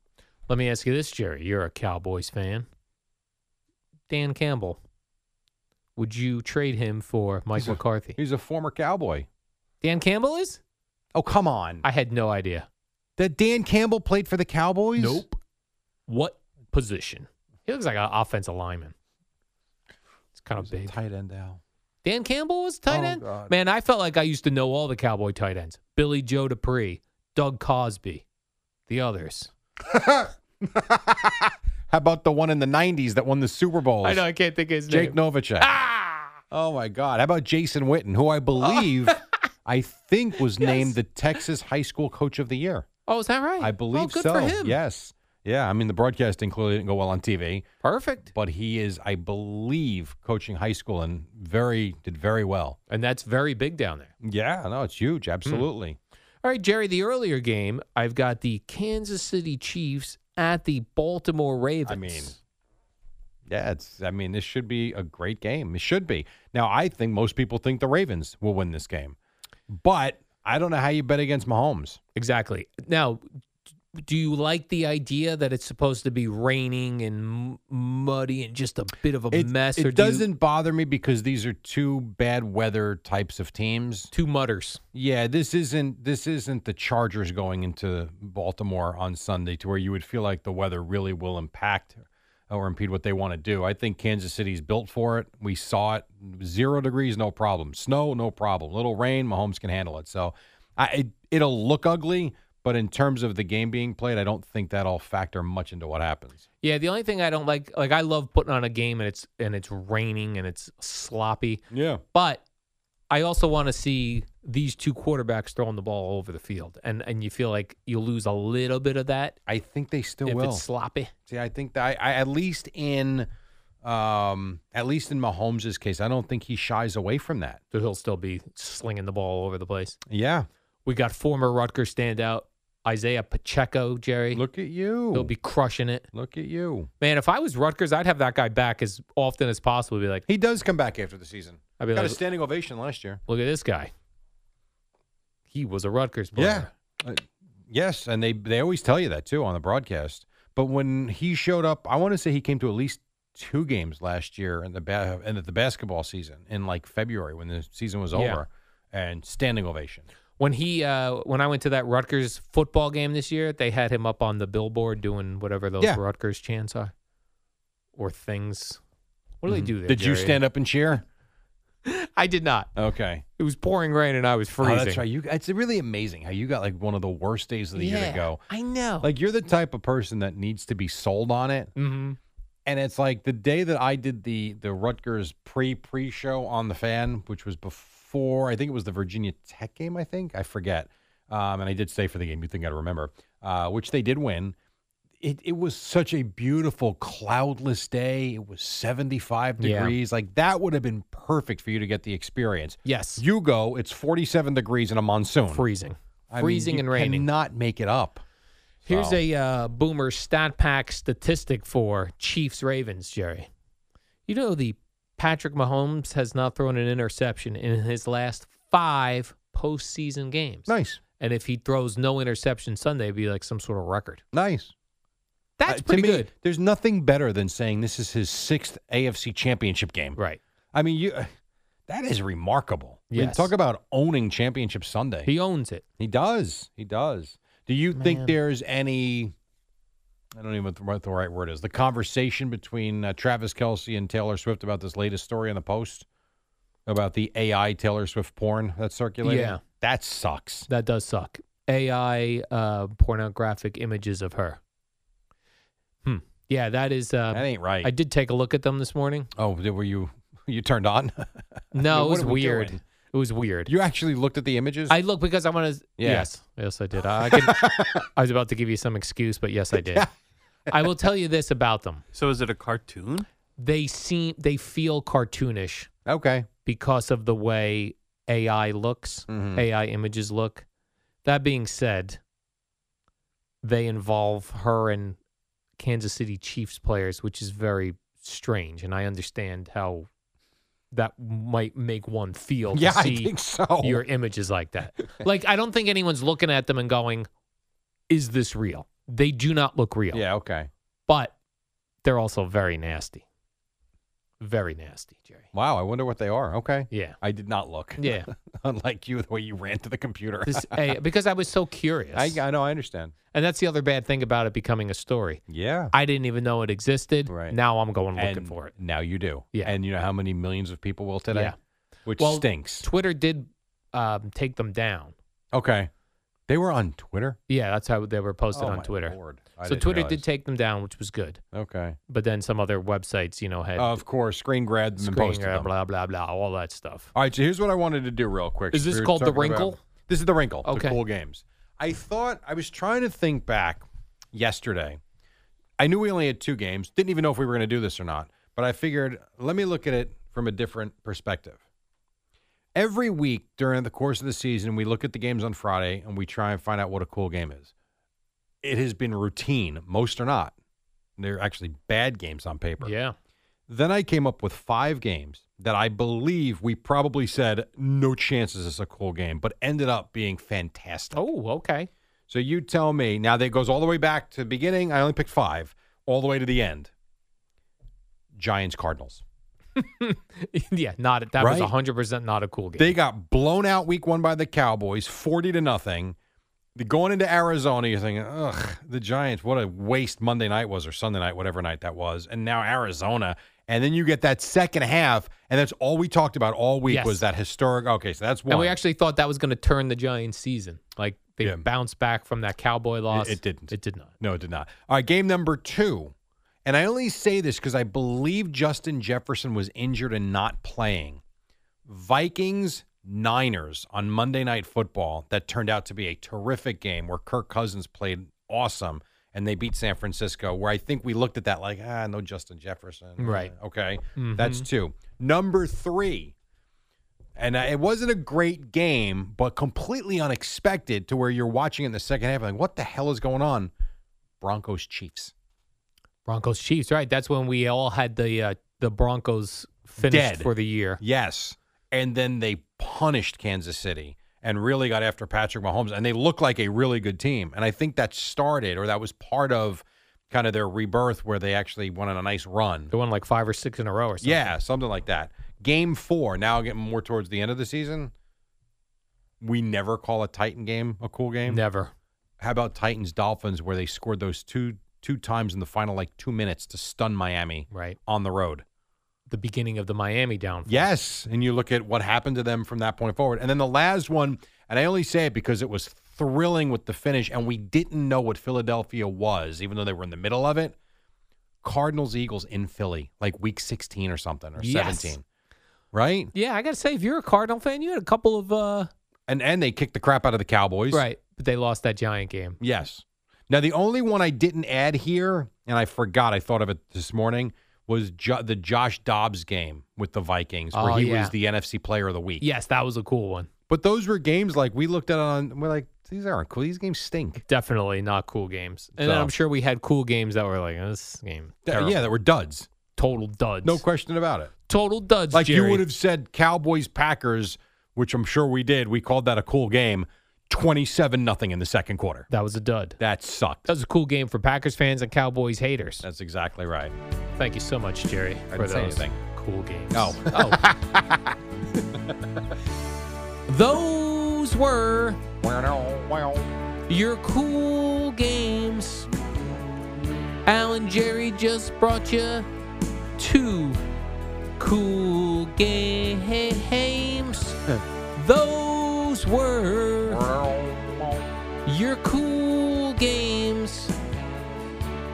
[SPEAKER 7] Let me ask you this, Jerry. You're a Cowboys fan. Dan Campbell, would you trade him for Mike
[SPEAKER 6] He's a-
[SPEAKER 7] McCarthy?
[SPEAKER 6] He's a former Cowboy.
[SPEAKER 7] Dan Campbell is?
[SPEAKER 6] Oh, come on.
[SPEAKER 7] I had no idea.
[SPEAKER 6] that Dan Campbell played for the Cowboys?
[SPEAKER 7] Nope. What position? He looks like an offensive lineman. It's kind of
[SPEAKER 6] He's a
[SPEAKER 7] big.
[SPEAKER 6] Tight end now.
[SPEAKER 7] Dan Campbell was a tight
[SPEAKER 6] Oh,
[SPEAKER 7] end.
[SPEAKER 6] God.
[SPEAKER 7] Man, I felt like I used to know all the Cowboy tight ends: Billy Joe Dupree, Doug Cosby, the others.
[SPEAKER 6] How about the one in the 90s that won the Super Bowl?
[SPEAKER 7] I know I can't think of his
[SPEAKER 6] Jake
[SPEAKER 7] name. Ah!
[SPEAKER 6] Novacek. Oh, my God. How about Jason Witten, who
[SPEAKER 7] Oh.
[SPEAKER 6] I believe, I think, was named the Texas High School Coach of the Year.
[SPEAKER 7] Oh, is that right?
[SPEAKER 6] I believe
[SPEAKER 7] oh, good
[SPEAKER 6] so.
[SPEAKER 7] for him.
[SPEAKER 6] Yes. Yeah. I mean, the broadcasting clearly didn't go well on TV,
[SPEAKER 7] perfect.
[SPEAKER 6] but he is, I believe, coaching high school and very did very well.
[SPEAKER 7] And that's very big down there.
[SPEAKER 6] Yeah. No, it's
[SPEAKER 7] Hmm.
[SPEAKER 6] huge. Absolutely.
[SPEAKER 7] All right, Jerry. The earlier game, I've got the Kansas City Chiefs at the Baltimore Ravens.
[SPEAKER 6] I mean, yeah, it's. I mean, this should be a great game. It should be. Now, I think most people think the Ravens will win this game, but I don't know how you bet against Mahomes.
[SPEAKER 7] exactly. Now, do you like the idea that it's supposed to be raining and m- muddy and just a bit of a
[SPEAKER 6] It,
[SPEAKER 7] mess?
[SPEAKER 6] it
[SPEAKER 7] or do you-
[SPEAKER 6] doesn't bother me because these are two bad weather types of teams.
[SPEAKER 7] two mutters.
[SPEAKER 6] Yeah, this isn't this isn't the Chargers going into Baltimore on Sunday to where you would feel like the weather really will impact or impede what they want to do. I think Kansas City's built for it. We saw it. Zero degrees, no problem. Snow, no problem. Little rain, Mahomes can handle it. So I, it, it'll look ugly, but in terms of the game being played, I don't think that'll factor much into what happens.
[SPEAKER 7] Yeah, the only thing I don't like, like I love putting on a game and it's and it's raining and it's sloppy,
[SPEAKER 6] Yeah.
[SPEAKER 7] but I also want to see these two quarterbacks throwing the ball all over the field, and and you feel like you lose a little bit of that.
[SPEAKER 6] I think they still
[SPEAKER 7] if
[SPEAKER 6] will.
[SPEAKER 7] it's sloppy.
[SPEAKER 6] See, I think that I, I at least in um at least in Mahomes' case, I don't think he shies away from that.
[SPEAKER 7] So he'll still be slinging the ball all over the place.
[SPEAKER 6] Yeah.
[SPEAKER 7] We got former Rutgers standout Isaiah Pacheco, Jerry.
[SPEAKER 6] Look at you.
[SPEAKER 7] He'll be crushing it.
[SPEAKER 6] Look at you.
[SPEAKER 7] Man, if I was Rutgers, I'd have that guy back as often as possible. Be like,
[SPEAKER 6] He does come back after the season.
[SPEAKER 7] I'd be
[SPEAKER 6] Got
[SPEAKER 7] like,
[SPEAKER 6] a standing ovation last year.
[SPEAKER 7] look at this guy. He was a Rutgers player.
[SPEAKER 6] Yeah. Uh, yes, and they they always tell you that too on the broadcast. But when he showed up, I want to say he came to at least two games last year in the ba- and at the basketball season in like February when the season was
[SPEAKER 7] Yeah.
[SPEAKER 6] over, and standing ovation.
[SPEAKER 7] When he, uh, when I went to that Rutgers football game this year, they had him up on the billboard doing whatever those
[SPEAKER 6] Yeah.
[SPEAKER 7] Rutgers chants are, or things. What do they do there?
[SPEAKER 6] Mm-hmm. Did you
[SPEAKER 7] Jerry?
[SPEAKER 6] stand up and cheer?
[SPEAKER 7] I did not.
[SPEAKER 6] Okay,
[SPEAKER 7] It was pouring rain and I was
[SPEAKER 6] Oh,
[SPEAKER 7] freezing.
[SPEAKER 6] that's right. You, it's really amazing how you got like one of the worst days of the year
[SPEAKER 7] Yeah,
[SPEAKER 6] to go.
[SPEAKER 7] I know.
[SPEAKER 6] Like you're the type of person that needs to be sold on it.
[SPEAKER 7] mm-hmm.
[SPEAKER 6] and it's like the day that I did the the Rutgers pre pre show on the fan, which was before I think it was the Virginia Tech game. I think I forget. Um, and I did stay for the game. You think I'd remember? Uh, which they did win. It it was such a beautiful cloudless day. It was seventy five
[SPEAKER 7] Yeah.
[SPEAKER 6] degrees. Like that would have been perfect for you to get the experience.
[SPEAKER 7] Yes.
[SPEAKER 6] You go. It's forty seven degrees in a monsoon.
[SPEAKER 7] Freezing.
[SPEAKER 6] I mean,
[SPEAKER 7] Freezing
[SPEAKER 6] you
[SPEAKER 7] and raining.
[SPEAKER 6] Cannot make it up.
[SPEAKER 7] Here's
[SPEAKER 6] So-
[SPEAKER 7] a uh, boomer stat pack statistic for Chiefs Ravens, Jerry. You know the Patrick Mahomes has not thrown an interception in his last five postseason games.
[SPEAKER 6] Nice.
[SPEAKER 7] And if he throws no interception Sunday, it'd be like some sort of record.
[SPEAKER 6] Nice.
[SPEAKER 7] That's
[SPEAKER 6] Uh,
[SPEAKER 7] pretty
[SPEAKER 6] to me,
[SPEAKER 7] good.
[SPEAKER 6] There's nothing better than saying this is his sixth AFC Championship game.
[SPEAKER 7] Right.
[SPEAKER 6] I mean, you uh, that is remarkable. I mean,
[SPEAKER 7] Yes.
[SPEAKER 6] talk about owning Championship Sunday.
[SPEAKER 7] He owns it.
[SPEAKER 6] He does. He does. Do you
[SPEAKER 7] Man.
[SPEAKER 6] think there's any? I don't even know what the right word is. The conversation between uh, Travis Kelsey and Taylor Swift about this latest story on the Post about the AI Taylor Swift porn that's circulating.
[SPEAKER 7] Yeah.
[SPEAKER 6] that sucks.
[SPEAKER 7] That does suck. AI uh, pornographic images of her. Hmm. Yeah, that is. Uh,
[SPEAKER 6] that ain't right.
[SPEAKER 7] I did take a look at them this morning.
[SPEAKER 6] oh, were you you turned on?
[SPEAKER 7] No, it
[SPEAKER 6] what
[SPEAKER 7] was
[SPEAKER 6] are we
[SPEAKER 7] weird.
[SPEAKER 6] doing?
[SPEAKER 7] It was weird.
[SPEAKER 6] you actually looked at the images.
[SPEAKER 7] I look because I want to.
[SPEAKER 6] Yeah.
[SPEAKER 7] Yes, yes, I did. I, I, could, I was about to give you some excuse, but yes, I did. I will tell you this about them:
[SPEAKER 8] So is it a cartoon?
[SPEAKER 7] they seem, they feel cartoonish
[SPEAKER 6] okay.
[SPEAKER 7] because of the way AI looks,
[SPEAKER 6] Mhm.
[SPEAKER 7] AI images look. That being said, they involve her and Kansas City Chiefs players, which is very strange, and I understand how that might make one feel. to
[SPEAKER 6] Yeah, I
[SPEAKER 7] see
[SPEAKER 6] think so.
[SPEAKER 7] your images like that. like I don't think anyone's looking at them and going, "Is this real?" They do not look real.
[SPEAKER 6] yeah, okay.
[SPEAKER 7] But they're also very nasty. Very nasty, Jerry.
[SPEAKER 6] Wow, I wonder what they are. Okay.
[SPEAKER 7] Yeah.
[SPEAKER 6] I did not look.
[SPEAKER 7] Yeah.
[SPEAKER 6] Unlike you, the way you ran to the computer.
[SPEAKER 7] This A- because I was so curious.
[SPEAKER 6] I, I know, I understand.
[SPEAKER 7] and that's the other bad thing about it becoming a story.
[SPEAKER 6] Yeah.
[SPEAKER 7] I didn't even know it existed.
[SPEAKER 6] Right.
[SPEAKER 7] Now I'm going looking
[SPEAKER 6] and
[SPEAKER 7] for it.
[SPEAKER 6] Now you do.
[SPEAKER 7] Yeah.
[SPEAKER 6] And you know how many millions of people will today?
[SPEAKER 7] Yeah.
[SPEAKER 6] Which
[SPEAKER 7] Well,
[SPEAKER 6] stinks.
[SPEAKER 7] Twitter did um, take them down.
[SPEAKER 6] okay. They were on Twitter?
[SPEAKER 7] Yeah, that's how they were posted
[SPEAKER 6] Oh,
[SPEAKER 7] on
[SPEAKER 6] my
[SPEAKER 7] Twitter.
[SPEAKER 6] Lord. I
[SPEAKER 7] so
[SPEAKER 6] didn't
[SPEAKER 7] Twitter
[SPEAKER 6] realize.
[SPEAKER 7] did take them down, which was good.
[SPEAKER 6] Okay.
[SPEAKER 7] But then some other websites, you know, had
[SPEAKER 6] of course, screen grabbed them and
[SPEAKER 7] screen
[SPEAKER 6] Oh, posted
[SPEAKER 7] grab,
[SPEAKER 6] them.
[SPEAKER 7] blah blah blah, all that stuff.
[SPEAKER 6] All right, so here's what I wanted to do real quick.
[SPEAKER 7] Is this
[SPEAKER 6] We were
[SPEAKER 7] called The
[SPEAKER 6] talking
[SPEAKER 7] Wrinkle?
[SPEAKER 6] about- this is the wrinkle. The
[SPEAKER 7] Okay.
[SPEAKER 6] cool games. I thought I was trying to think back yesterday. I knew we only had two games. Didn't even know if we were going to do this or not. But I figured let me look at it from a different perspective. Every week during the course of the season, we look at the games on Friday and we try and find out what a cool game is. It has been routine, most are not. They're actually bad games on paper.
[SPEAKER 7] Yeah.
[SPEAKER 6] Then I came up with five games that I believe we probably said no chances is a cool game, but ended up being fantastic.
[SPEAKER 7] Oh, okay.
[SPEAKER 6] So you tell me now that goes all the way back to the beginning. I only picked five, all the way to the end. Giants Cardinals.
[SPEAKER 7] yeah, not that was
[SPEAKER 6] Right?
[SPEAKER 7] was hundred percent not a cool game.
[SPEAKER 6] They got blown out week one by the Cowboys, forty to nothing. The- Going into Arizona, you're thinking, ugh, the Giants, what a waste Monday night was or Sunday night, whatever night that was. And now Arizona. And then you get that second half, and that's all we talked about all week
[SPEAKER 7] Yes.
[SPEAKER 6] was that historic. Okay, so that's one.
[SPEAKER 7] and we actually thought that was going to turn the Giants' season. Like they
[SPEAKER 6] Yeah.
[SPEAKER 7] bounced back from that Cowboy loss.
[SPEAKER 6] it didn't.
[SPEAKER 7] It did not.
[SPEAKER 6] No, it did not. All right, game number two. And I only say this because I believe Justin Jefferson was injured and not playing. Vikings, Niners on Monday Night Football that turned out to be a terrific game where Kirk Cousins played awesome and they beat San Francisco, where I think we looked at that like, ah, no Justin Jefferson.
[SPEAKER 7] Right.
[SPEAKER 6] Okay.
[SPEAKER 7] Mhm.
[SPEAKER 6] That's two. Number three, and I, it wasn't a great game, but completely unexpected to where you're watching it in the second half, like, what the hell is going on? Broncos Chiefs.
[SPEAKER 7] Broncos Chiefs, right? That's when we all had the uh, the Broncos finished
[SPEAKER 6] Dead.
[SPEAKER 7] for the year.
[SPEAKER 6] Yes. And then they punished Kansas City and really got after Patrick Mahomes. And they look like a really good team. And I think that started or that was part of kind of their rebirth where they actually went on a nice run.
[SPEAKER 7] They won like five or six in a row or something.
[SPEAKER 6] Yeah, something like that. Game four, now getting more towards the end of the season. We never call a Titan game a cool game.
[SPEAKER 7] Never.
[SPEAKER 6] How about Titans Dolphins where they scored those two two times in the final like two minutes to stun Miami
[SPEAKER 7] Right.
[SPEAKER 6] on the road?
[SPEAKER 7] The beginning of the Miami downfall.
[SPEAKER 6] Yes, and you look at what happened to them from that point forward. And then the last one, and I only say it because it was thrilling with the finish, and we didn't know what Philadelphia was, even though they were in the middle of it. Cardinals Eagles in Philly, like week sixteen or something or
[SPEAKER 7] Yes.
[SPEAKER 6] seventeen, right?
[SPEAKER 7] Yeah, I gotta say, if you're a Cardinal fan, you had a couple of uh
[SPEAKER 6] And and they kicked the crap out of the Cowboys,
[SPEAKER 7] right, but they lost that giant game.
[SPEAKER 6] Yes. Now the only one I didn't add here, and I forgot, I thought of it this morning, was jo- the Josh Dobbs game with the Vikings, where
[SPEAKER 7] Oh,
[SPEAKER 6] he
[SPEAKER 7] yeah.
[SPEAKER 6] was the NFC Player of the Week.
[SPEAKER 7] Yes, that was a cool one.
[SPEAKER 6] But those were games like we looked at on. We're like, these aren't cool. These games stink.
[SPEAKER 7] Definitely not cool games. And then
[SPEAKER 6] So-
[SPEAKER 7] I'm sure we had cool games that were like this game.
[SPEAKER 6] Th-
[SPEAKER 7] terrible.
[SPEAKER 6] yeah, that were duds.
[SPEAKER 7] total duds.
[SPEAKER 6] No question about it.
[SPEAKER 7] total duds.
[SPEAKER 6] Like you
[SPEAKER 7] Jerry.
[SPEAKER 6] would have said Cowboys Packers, which I'm sure we did. We called that a cool game. Twenty-seven nothing in the second quarter.
[SPEAKER 7] That was a dud.
[SPEAKER 6] That sucked.
[SPEAKER 7] That was a cool game for Packers fans and Cowboys haters.
[SPEAKER 6] That's exactly right.
[SPEAKER 7] Thank you so much, Jerry, for
[SPEAKER 6] didn't say
[SPEAKER 7] those
[SPEAKER 6] anything.
[SPEAKER 7] cool games.
[SPEAKER 6] Oh. oh.
[SPEAKER 7] oh. those were your cool games. Alan Jerry just brought you two cool games. Those were your cool games.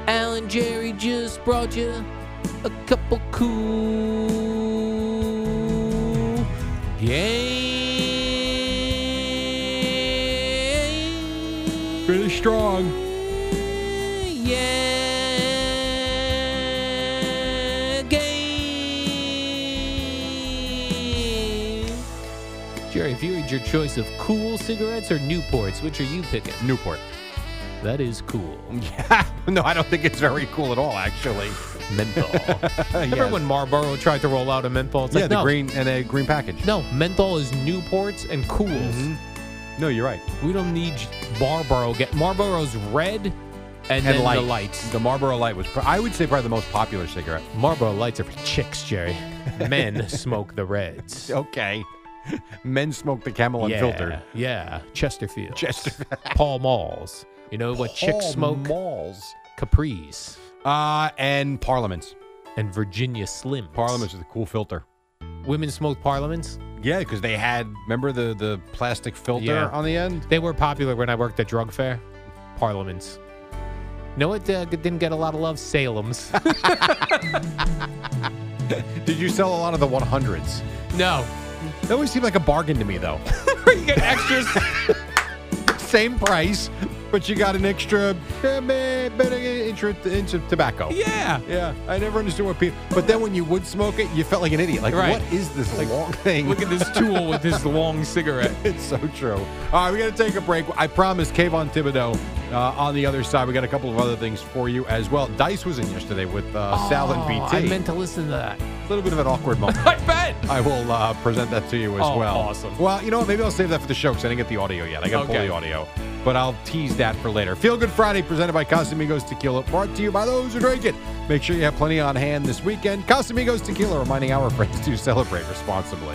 [SPEAKER 7] Alan Jerry just brought you a couple cool games.
[SPEAKER 6] Pretty strong.
[SPEAKER 7] Yeah, game. Jerry, if you had your choice of cool cigarettes or Newports, which are you picking?
[SPEAKER 6] Newport.
[SPEAKER 7] That is cool.
[SPEAKER 6] Yeah. No, I don't think it's very cool at all. Actually.
[SPEAKER 7] Menthol. Remember
[SPEAKER 6] Yes.
[SPEAKER 7] when Marlboro tried to roll out a menthol? It's
[SPEAKER 6] yeah,
[SPEAKER 7] like,
[SPEAKER 6] the
[SPEAKER 7] no,
[SPEAKER 6] green and a green package.
[SPEAKER 7] No, menthol is Newports and cools.
[SPEAKER 6] No, you're right.
[SPEAKER 7] We don't need Marlboro. Get Marlboro's red and, then the lights.
[SPEAKER 6] The Marlboro Light was, pr- I would say, probably the most popular cigarette.
[SPEAKER 7] Marlboro lights are for chicks, Jerry. Men smoke the reds.
[SPEAKER 6] Oh, Okay. Men smoke the Camel
[SPEAKER 7] yeah,
[SPEAKER 6] Unfiltered.
[SPEAKER 7] Yeah, Chesterfield.
[SPEAKER 6] Chester-
[SPEAKER 7] Paul Malls. You know what chicks
[SPEAKER 6] Paul
[SPEAKER 7] smoke?
[SPEAKER 6] Malls.
[SPEAKER 7] Capris
[SPEAKER 6] Uh, and Parliaments.
[SPEAKER 7] and Virginia Slims.
[SPEAKER 6] Parliaments is a cool filter.
[SPEAKER 7] Women smoke Parliaments.
[SPEAKER 6] Yeah, because they had, remember the, the plastic filter
[SPEAKER 7] Yeah.
[SPEAKER 6] on the end?
[SPEAKER 7] They were popular when I worked at drug fair. Parliaments. No, it uh, didn't get a lot of love. Salem's.
[SPEAKER 6] Did you sell a lot of the 100s?
[SPEAKER 7] no.
[SPEAKER 6] That always seemed like a bargain to me, though.
[SPEAKER 7] you get extras.
[SPEAKER 6] Same price, but you got an extra eh, meh, bit of intro- into tobacco.
[SPEAKER 7] yeah.
[SPEAKER 6] Yeah, I never understood what people. But then when you would smoke it, you felt like an idiot. Like,
[SPEAKER 7] Right.
[SPEAKER 6] what is this long thing?
[SPEAKER 7] Look at this tool with this long cigarette.
[SPEAKER 6] It's so true. All right, we got to take a break. I promise, Kayvon Thibodeau. Uh, on the other side, we got a couple of other things for you as well. Dice was in yesterday with uh, Sal and BT.
[SPEAKER 7] Oh, I meant to listen to that.
[SPEAKER 6] a little bit of an awkward moment.
[SPEAKER 7] I bet.
[SPEAKER 6] I will uh, present that to you as
[SPEAKER 7] Oh,
[SPEAKER 6] well.
[SPEAKER 7] awesome.
[SPEAKER 6] Well, you know what? Maybe I'll save that for the show because I didn't get the audio yet. I got to pull
[SPEAKER 7] Okay.
[SPEAKER 6] the audio, but I'll tease that for later. Feel Good Friday, presented by Casamigos Tequila, brought to you by those who drink it. Make sure you have plenty on hand this weekend. Casamigos Tequila, reminding our friends to celebrate responsibly.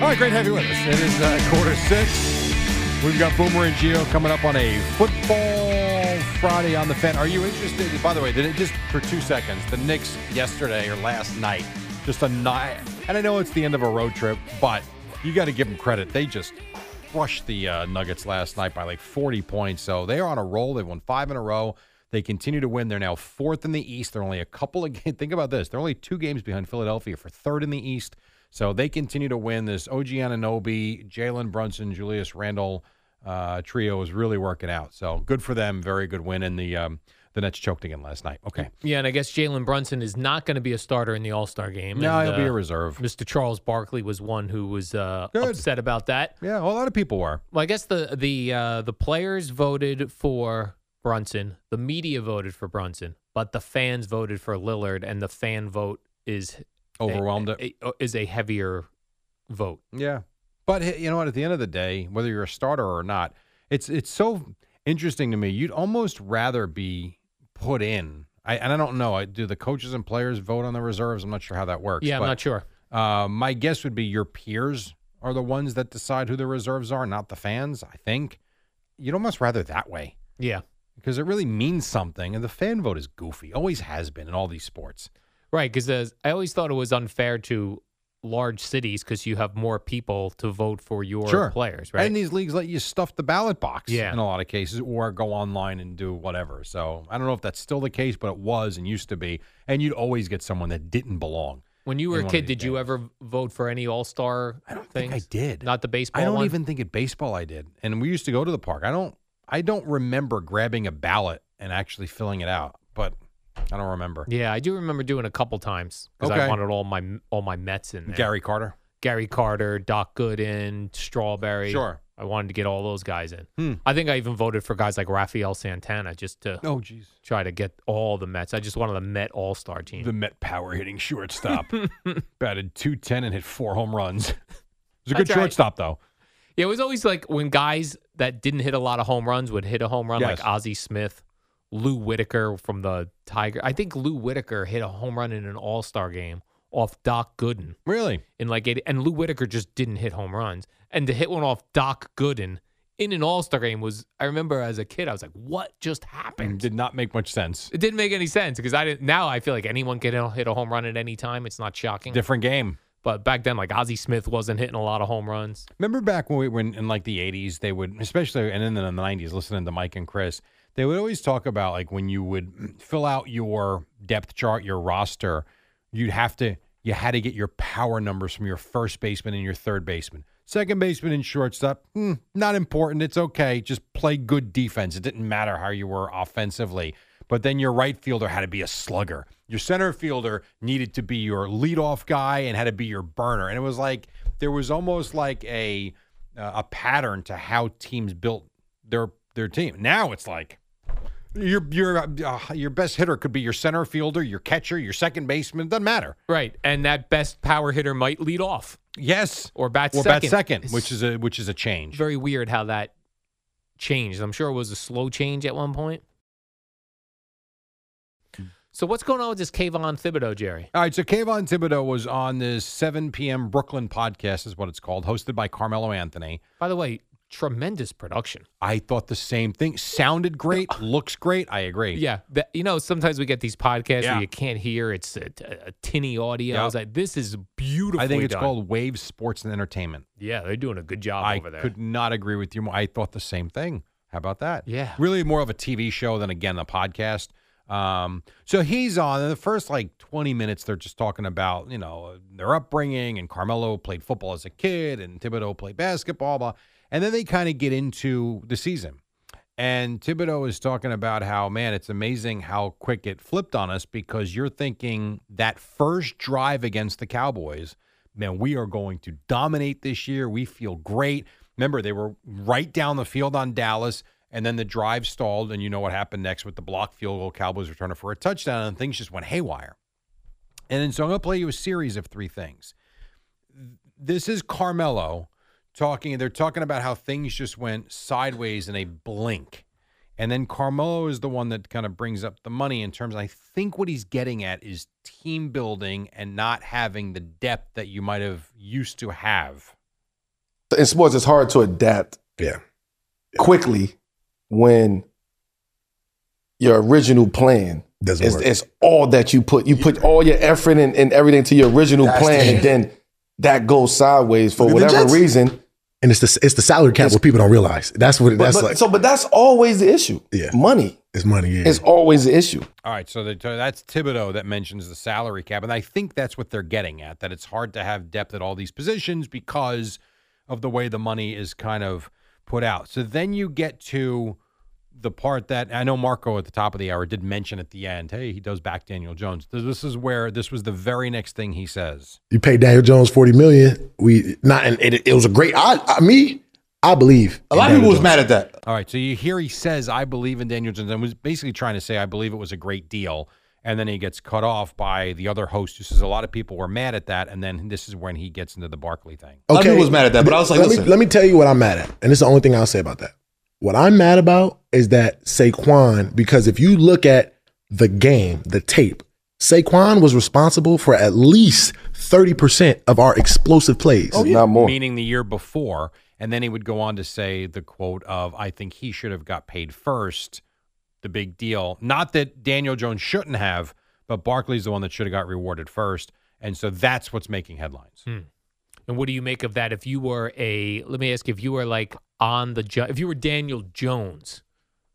[SPEAKER 6] All right, great to have you with us. It is uh, quarter six. We've got Boomer and Geo coming up on a football Friday on the fan. Are you interested? By the way, did it just for two seconds? The Knicks yesterday or last night, just a night. And I know it's the end of a road trip, but you got to give them credit. They just crushed the uh, Nuggets last night by like 40 points. So they are on a roll. They've won five in a row. They continue to win. They're now fourth in the East. They're only a couple of games. Think about this. They're only two games behind Philadelphia for third in the East. So they continue to win. This OG Ananobi, Jalen Brunson, Julius Randle uh, trio is really working out. So good for them. Very good win. And the um, the Nets choked again last night. Okay.
[SPEAKER 7] Yeah, and I guess Jalen Brunson is not going to be a starter in the All Star game.
[SPEAKER 6] No,
[SPEAKER 7] and, uh,
[SPEAKER 6] he'll be a reserve.
[SPEAKER 7] Mr. Charles Barkley was one who was uh,
[SPEAKER 6] Good.
[SPEAKER 7] upset about that.
[SPEAKER 6] Yeah, well, a lot of people were.
[SPEAKER 7] Well, I guess the the uh, the players voted for Brunson, the media voted for Brunson, but the fans voted for Lillard, and the fan vote is
[SPEAKER 6] Overwhelmed it.
[SPEAKER 7] a- is a heavier vote.
[SPEAKER 6] Yeah. But hey, you know what? At the end of the day, whether you're a starter or not, it's it's so interesting to me. You'd almost rather be put in. I, and I don't know. I- Do the coaches and players vote on the reserves? I'm not sure how that works.
[SPEAKER 7] Yeah, I'm
[SPEAKER 6] but,
[SPEAKER 7] not sure.
[SPEAKER 6] Uh, my guess would be your peers are the ones that decide who the reserves are, not the fans. I think you'd almost rather that way
[SPEAKER 7] Yeah.
[SPEAKER 6] because it really means something. And the fan vote is goofy, always has been in all these sports.
[SPEAKER 7] Right, because I always thought it was unfair to large cities because you have more people to vote for your players, right?
[SPEAKER 6] And these leagues let you stuff the ballot box
[SPEAKER 7] Yeah.
[SPEAKER 6] in a lot of cases or go online and do whatever. So I don't know if that's still the case, but it was and used to be. And you'd always get someone that didn't belong.
[SPEAKER 7] when you were
[SPEAKER 6] in
[SPEAKER 7] a
[SPEAKER 6] one of
[SPEAKER 7] kid,
[SPEAKER 6] these
[SPEAKER 7] did you ever vote for any All Star? I don't
[SPEAKER 6] think I did.
[SPEAKER 7] Not the baseball.
[SPEAKER 6] I don't
[SPEAKER 7] one?
[SPEAKER 6] even think at baseball I did. And we used to go to the park. I don't I don't remember grabbing a ballot and actually filling it out, but I don't remember.
[SPEAKER 7] Yeah, I do remember doing a couple times because I
[SPEAKER 6] Okay.
[SPEAKER 7] wanted all my all my Mets in there.
[SPEAKER 6] Gary Carter.
[SPEAKER 7] Gary Carter, Doc Gooden, Strawberry.
[SPEAKER 6] Sure.
[SPEAKER 7] I wanted to get all those guys in.
[SPEAKER 6] Hmm.
[SPEAKER 7] I think I even voted for guys like Rafael Santana just to
[SPEAKER 6] Oh, jeez.
[SPEAKER 7] try to get all the Mets. I just wanted the Met All Star team.
[SPEAKER 6] The Met power hitting shortstop. Batted 210 and hit four home runs. it was a good
[SPEAKER 7] That's right.
[SPEAKER 6] shortstop, though.
[SPEAKER 7] Yeah, it was always like when guys that didn't hit a lot of home runs would hit a home run,
[SPEAKER 6] Yes.
[SPEAKER 7] like Ozzie Smith, Lou Whitaker from the Tiger. I think Lou Whitaker hit a home run in an All Star game off Doc Gooden.
[SPEAKER 6] Really?
[SPEAKER 7] In like eighty, and Lou Whitaker just didn't hit home runs, and to hit one off Doc Gooden in an All Star game was. I remember as a kid, I was like, "What just happened?"
[SPEAKER 6] Did not make much sense.
[SPEAKER 7] It didn't make any sense because I didn't. Now I feel like anyone can hit a home run at any time. It's not shocking.
[SPEAKER 6] Different game.
[SPEAKER 7] But back then, like Ozzie Smith wasn't hitting a lot of home runs.
[SPEAKER 6] Remember back when we when in like the eighties, they would especially and then in the nineties, listening to Mike and Chris, they would always talk about like when you would fill out your depth chart, your roster, you'd have to you had to get your power numbers from your first baseman and your third baseman. Second baseman and shortstop, hmm, not important. It's okay. Just play good defense. It didn't matter how you were offensively. But then your right fielder had to be a slugger. Your center fielder needed to be your leadoff guy and had to be your burner. And it was like there was almost like a uh, a pattern to how teams built their their team. Now it's like your your uh, your best hitter could be your center fielder, your catcher, your second baseman. It doesn't matter.
[SPEAKER 7] Right, and that best power hitter might lead off
[SPEAKER 6] Yes,
[SPEAKER 7] or bat
[SPEAKER 6] or bat
[SPEAKER 7] second.
[SPEAKER 6] second, which is a which is a change.
[SPEAKER 7] very weird how that changed. I'm sure it was a slow change at one point. So what's going on with this Kayvon Thibodeau, Jerry?
[SPEAKER 6] All right, so Kayvon Thibodeau was on this 7 p.m. Brooklyn podcast, is what it's called, hosted by Carmelo Anthony.
[SPEAKER 7] By the way, tremendous production.
[SPEAKER 6] I thought the same thing. Sounded great, looks great. I agree.
[SPEAKER 7] Yeah, that, you know sometimes we get these podcasts
[SPEAKER 6] Yeah.
[SPEAKER 7] where you can't hear. It's a, a, a tinny audio.
[SPEAKER 6] Yeah.
[SPEAKER 7] I was like, this is beautiful.
[SPEAKER 6] I think it's called Wave Sports and Entertainment.
[SPEAKER 7] Yeah, they're doing a good job
[SPEAKER 6] I
[SPEAKER 7] over there.
[SPEAKER 6] could not agree with you more. I thought the same thing. How about that?
[SPEAKER 7] Yeah.
[SPEAKER 6] Really more of a TV show than, again, a podcast. Um, so he's on. And the first, like, 20 minutes, they're just talking about, you know, their upbringing. And Carmelo played football as a kid. And Thibodeau played basketball. Blah. And then they kind of get into the season. And Thibodeau is talking about how, man, it's amazing how quick it flipped on us because you're thinking that first drive against the Cowboys, man, we are going to dominate this year. We feel great. Remember, they were right down the field on Dallas, and then the drive stalled, and you know what happened next with the block field goal. Cowboys returner for a touchdown, and things just went haywire. And then so I'm going to play you a series of three things. This is Carmelo talking. They're talking about how things just went sideways in a blink. And then Carmelo is the one that kind of brings up the money in terms. I think what he's getting at is team building and not having the depth that you might have used to have.
[SPEAKER 9] in sports it's hard to adapt
[SPEAKER 10] Yeah.
[SPEAKER 9] quickly when your original plan
[SPEAKER 10] Doesn't
[SPEAKER 9] is,
[SPEAKER 10] work.
[SPEAKER 9] is all that you put. You put all your effort and, and everything to your original
[SPEAKER 10] That's
[SPEAKER 9] plan,
[SPEAKER 10] the-
[SPEAKER 9] and then that goes sideways for
[SPEAKER 10] Look at the
[SPEAKER 9] whatever
[SPEAKER 10] Jets.
[SPEAKER 9] reason.
[SPEAKER 10] And it's the it's the salary cap what people don't realize. That's what
[SPEAKER 9] But,
[SPEAKER 10] that's
[SPEAKER 9] but-
[SPEAKER 10] like.
[SPEAKER 9] so, but that's always the issue.
[SPEAKER 10] Yeah.
[SPEAKER 9] Money
[SPEAKER 10] it's money. Yeah.
[SPEAKER 9] is always the issue.
[SPEAKER 6] All right, so the, that's Thibodeau that mentions the salary cap, and I think that's what they're getting at. That it's hard to have depth at all these positions because of the way the money is kind of put out. So then you get to the part that I know Marco at the top of the hour did mention at the end. Hey, he does back Daniel Jones. Th- This is where this was the very next thing he says.
[SPEAKER 10] You pay Daniel Jones forty million. We not and it, it was a great. I, I me I believe
[SPEAKER 9] A lot of people was mad at that.
[SPEAKER 6] All right, so you hear he says, "I believe in Daniel Jones," and was basically trying to say, "I believe it was a great deal." And then he gets cut off by the other host, who says a lot of people were mad at that. And then this is when he gets into the Barkley thing.
[SPEAKER 9] lot of people was mad at that, but I was like,
[SPEAKER 10] let
[SPEAKER 9] listen.
[SPEAKER 10] me let me tell you what I'm mad at, and it's the only thing I'll say about that. What I'm mad about is that Saquon, because if you look at the game, the tape, Saquon was responsible for at least thirty percent of our explosive plays.
[SPEAKER 11] Oh,
[SPEAKER 6] Meaning the year before. And then he would go on to say the quote of, I think he should have got paid first, the big deal. Not that Daniel Jones shouldn't have, but Barkley's the one that should have got rewarded first. And so that's what's making headlines.
[SPEAKER 7] And what do you make of that? If you were a, let me ask, you, if you were like on the, jo- if you were Daniel Jones,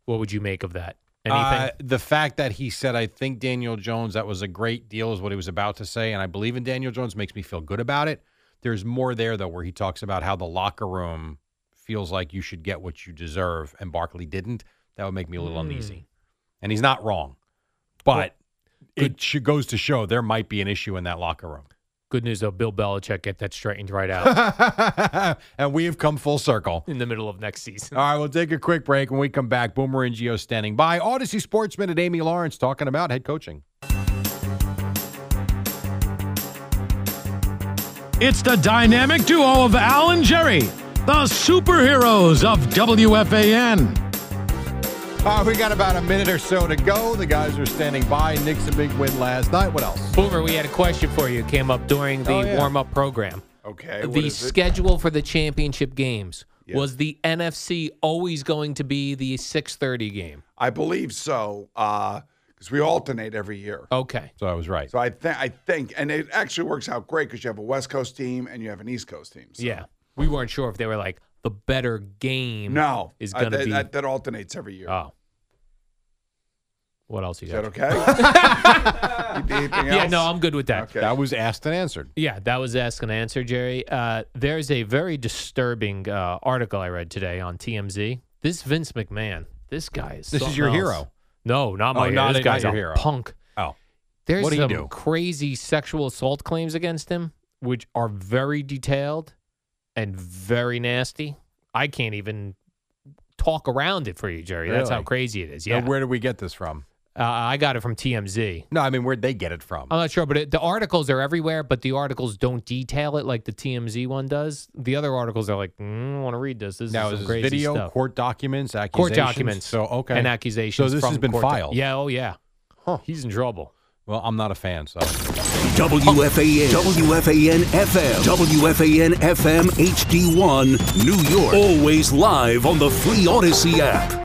[SPEAKER 7] what would you make of that? Anything?
[SPEAKER 6] Uh, the fact that he said, I think Daniel Jones, that was a great deal, is what he was about to say. And I believe in Daniel Jones, makes me feel good about it. There's more there, though, where he talks about how the locker room feels like you should get what you deserve, and Barkley didn't. That would make me a little uneasy. And he's not wrong, but it sh- goes to show there might be an issue in that locker room.
[SPEAKER 7] Good news though, Bill Belichick get that straightened right out
[SPEAKER 6] and we have come full circle.
[SPEAKER 7] in the middle of next season.
[SPEAKER 6] All right, we'll take a quick break. When we come back, Boomer and Geo standing by. Odyssey Sportsman and Amy Lawrence talking about head coaching.
[SPEAKER 5] It's the dynamic duo of Al and Jerry, the superheroes of WFAN.
[SPEAKER 6] All right, Uh, we got about a minute or so to go. The guys are standing by. Nick's a big win last night. What else?
[SPEAKER 7] Boomer, we had a question for you. It Came up during the
[SPEAKER 6] Oh, yeah.
[SPEAKER 7] warm up program.
[SPEAKER 6] Okay.
[SPEAKER 7] the schedule for the championship games was the NFC always going to be the 6:30 game.
[SPEAKER 11] I believe so, because we alternate every year.
[SPEAKER 7] Okay.
[SPEAKER 6] So I was right.
[SPEAKER 11] So I think I think, and it actually works out great because you have a West Coast team and you have an East Coast team. So.
[SPEAKER 7] Yeah. We weren't sure if they were like the better game
[SPEAKER 11] No,
[SPEAKER 7] is
[SPEAKER 11] I-
[SPEAKER 7] going to
[SPEAKER 11] that,
[SPEAKER 7] be
[SPEAKER 11] that, that alternates every year.
[SPEAKER 7] Oh. What else you
[SPEAKER 11] Is
[SPEAKER 7] got?
[SPEAKER 11] that okay? You need anything
[SPEAKER 7] Yeah,
[SPEAKER 11] else?
[SPEAKER 7] no, I'm good with that.
[SPEAKER 6] That was asked and answered.
[SPEAKER 7] Yeah, that was ask and answer, Jerry. Uh, there's a very disturbing uh, article I read today on TMZ. This Vince McMahon, this guy is.
[SPEAKER 6] This is
[SPEAKER 7] something
[SPEAKER 6] your
[SPEAKER 7] else.
[SPEAKER 6] hero.
[SPEAKER 7] No, not
[SPEAKER 6] Oh,
[SPEAKER 7] my. hero.
[SPEAKER 6] not-
[SPEAKER 7] this
[SPEAKER 6] not
[SPEAKER 7] guy's
[SPEAKER 6] your
[SPEAKER 7] a
[SPEAKER 6] hero.
[SPEAKER 7] punk.
[SPEAKER 6] Oh,
[SPEAKER 7] there's
[SPEAKER 6] What did he
[SPEAKER 7] some
[SPEAKER 6] do?
[SPEAKER 7] crazy sexual assault claims against him, which are very detailed and very nasty. I can't even talk around it for you, Jerry. That's how
[SPEAKER 6] Really?
[SPEAKER 7] crazy it is.
[SPEAKER 6] Now,
[SPEAKER 7] Yeah,
[SPEAKER 6] where did we get this from?
[SPEAKER 7] uh, I got it from TMZ.
[SPEAKER 6] No, I mean, where'd they get it from?
[SPEAKER 7] I'm not sure, but it, the articles are everywhere, but the articles don't detail it like the TMZ one does. The other articles are like, mm, I want to read this. This
[SPEAKER 6] now, is
[SPEAKER 7] is
[SPEAKER 6] this
[SPEAKER 7] some crazy
[SPEAKER 6] video,
[SPEAKER 7] stuff.
[SPEAKER 6] court documents, accusations?
[SPEAKER 7] Court documents.
[SPEAKER 6] So, okay.
[SPEAKER 7] And accusations.
[SPEAKER 6] So this
[SPEAKER 7] from
[SPEAKER 6] has been
[SPEAKER 7] court doc-
[SPEAKER 6] filed.
[SPEAKER 7] yeah. Oh, yeah. He's in trouble.
[SPEAKER 6] Well, I'm not a fan, so.
[SPEAKER 12] WFAN, WFAN FM, WFAN FM HD1, New York. Always live on the Free Odyssey app.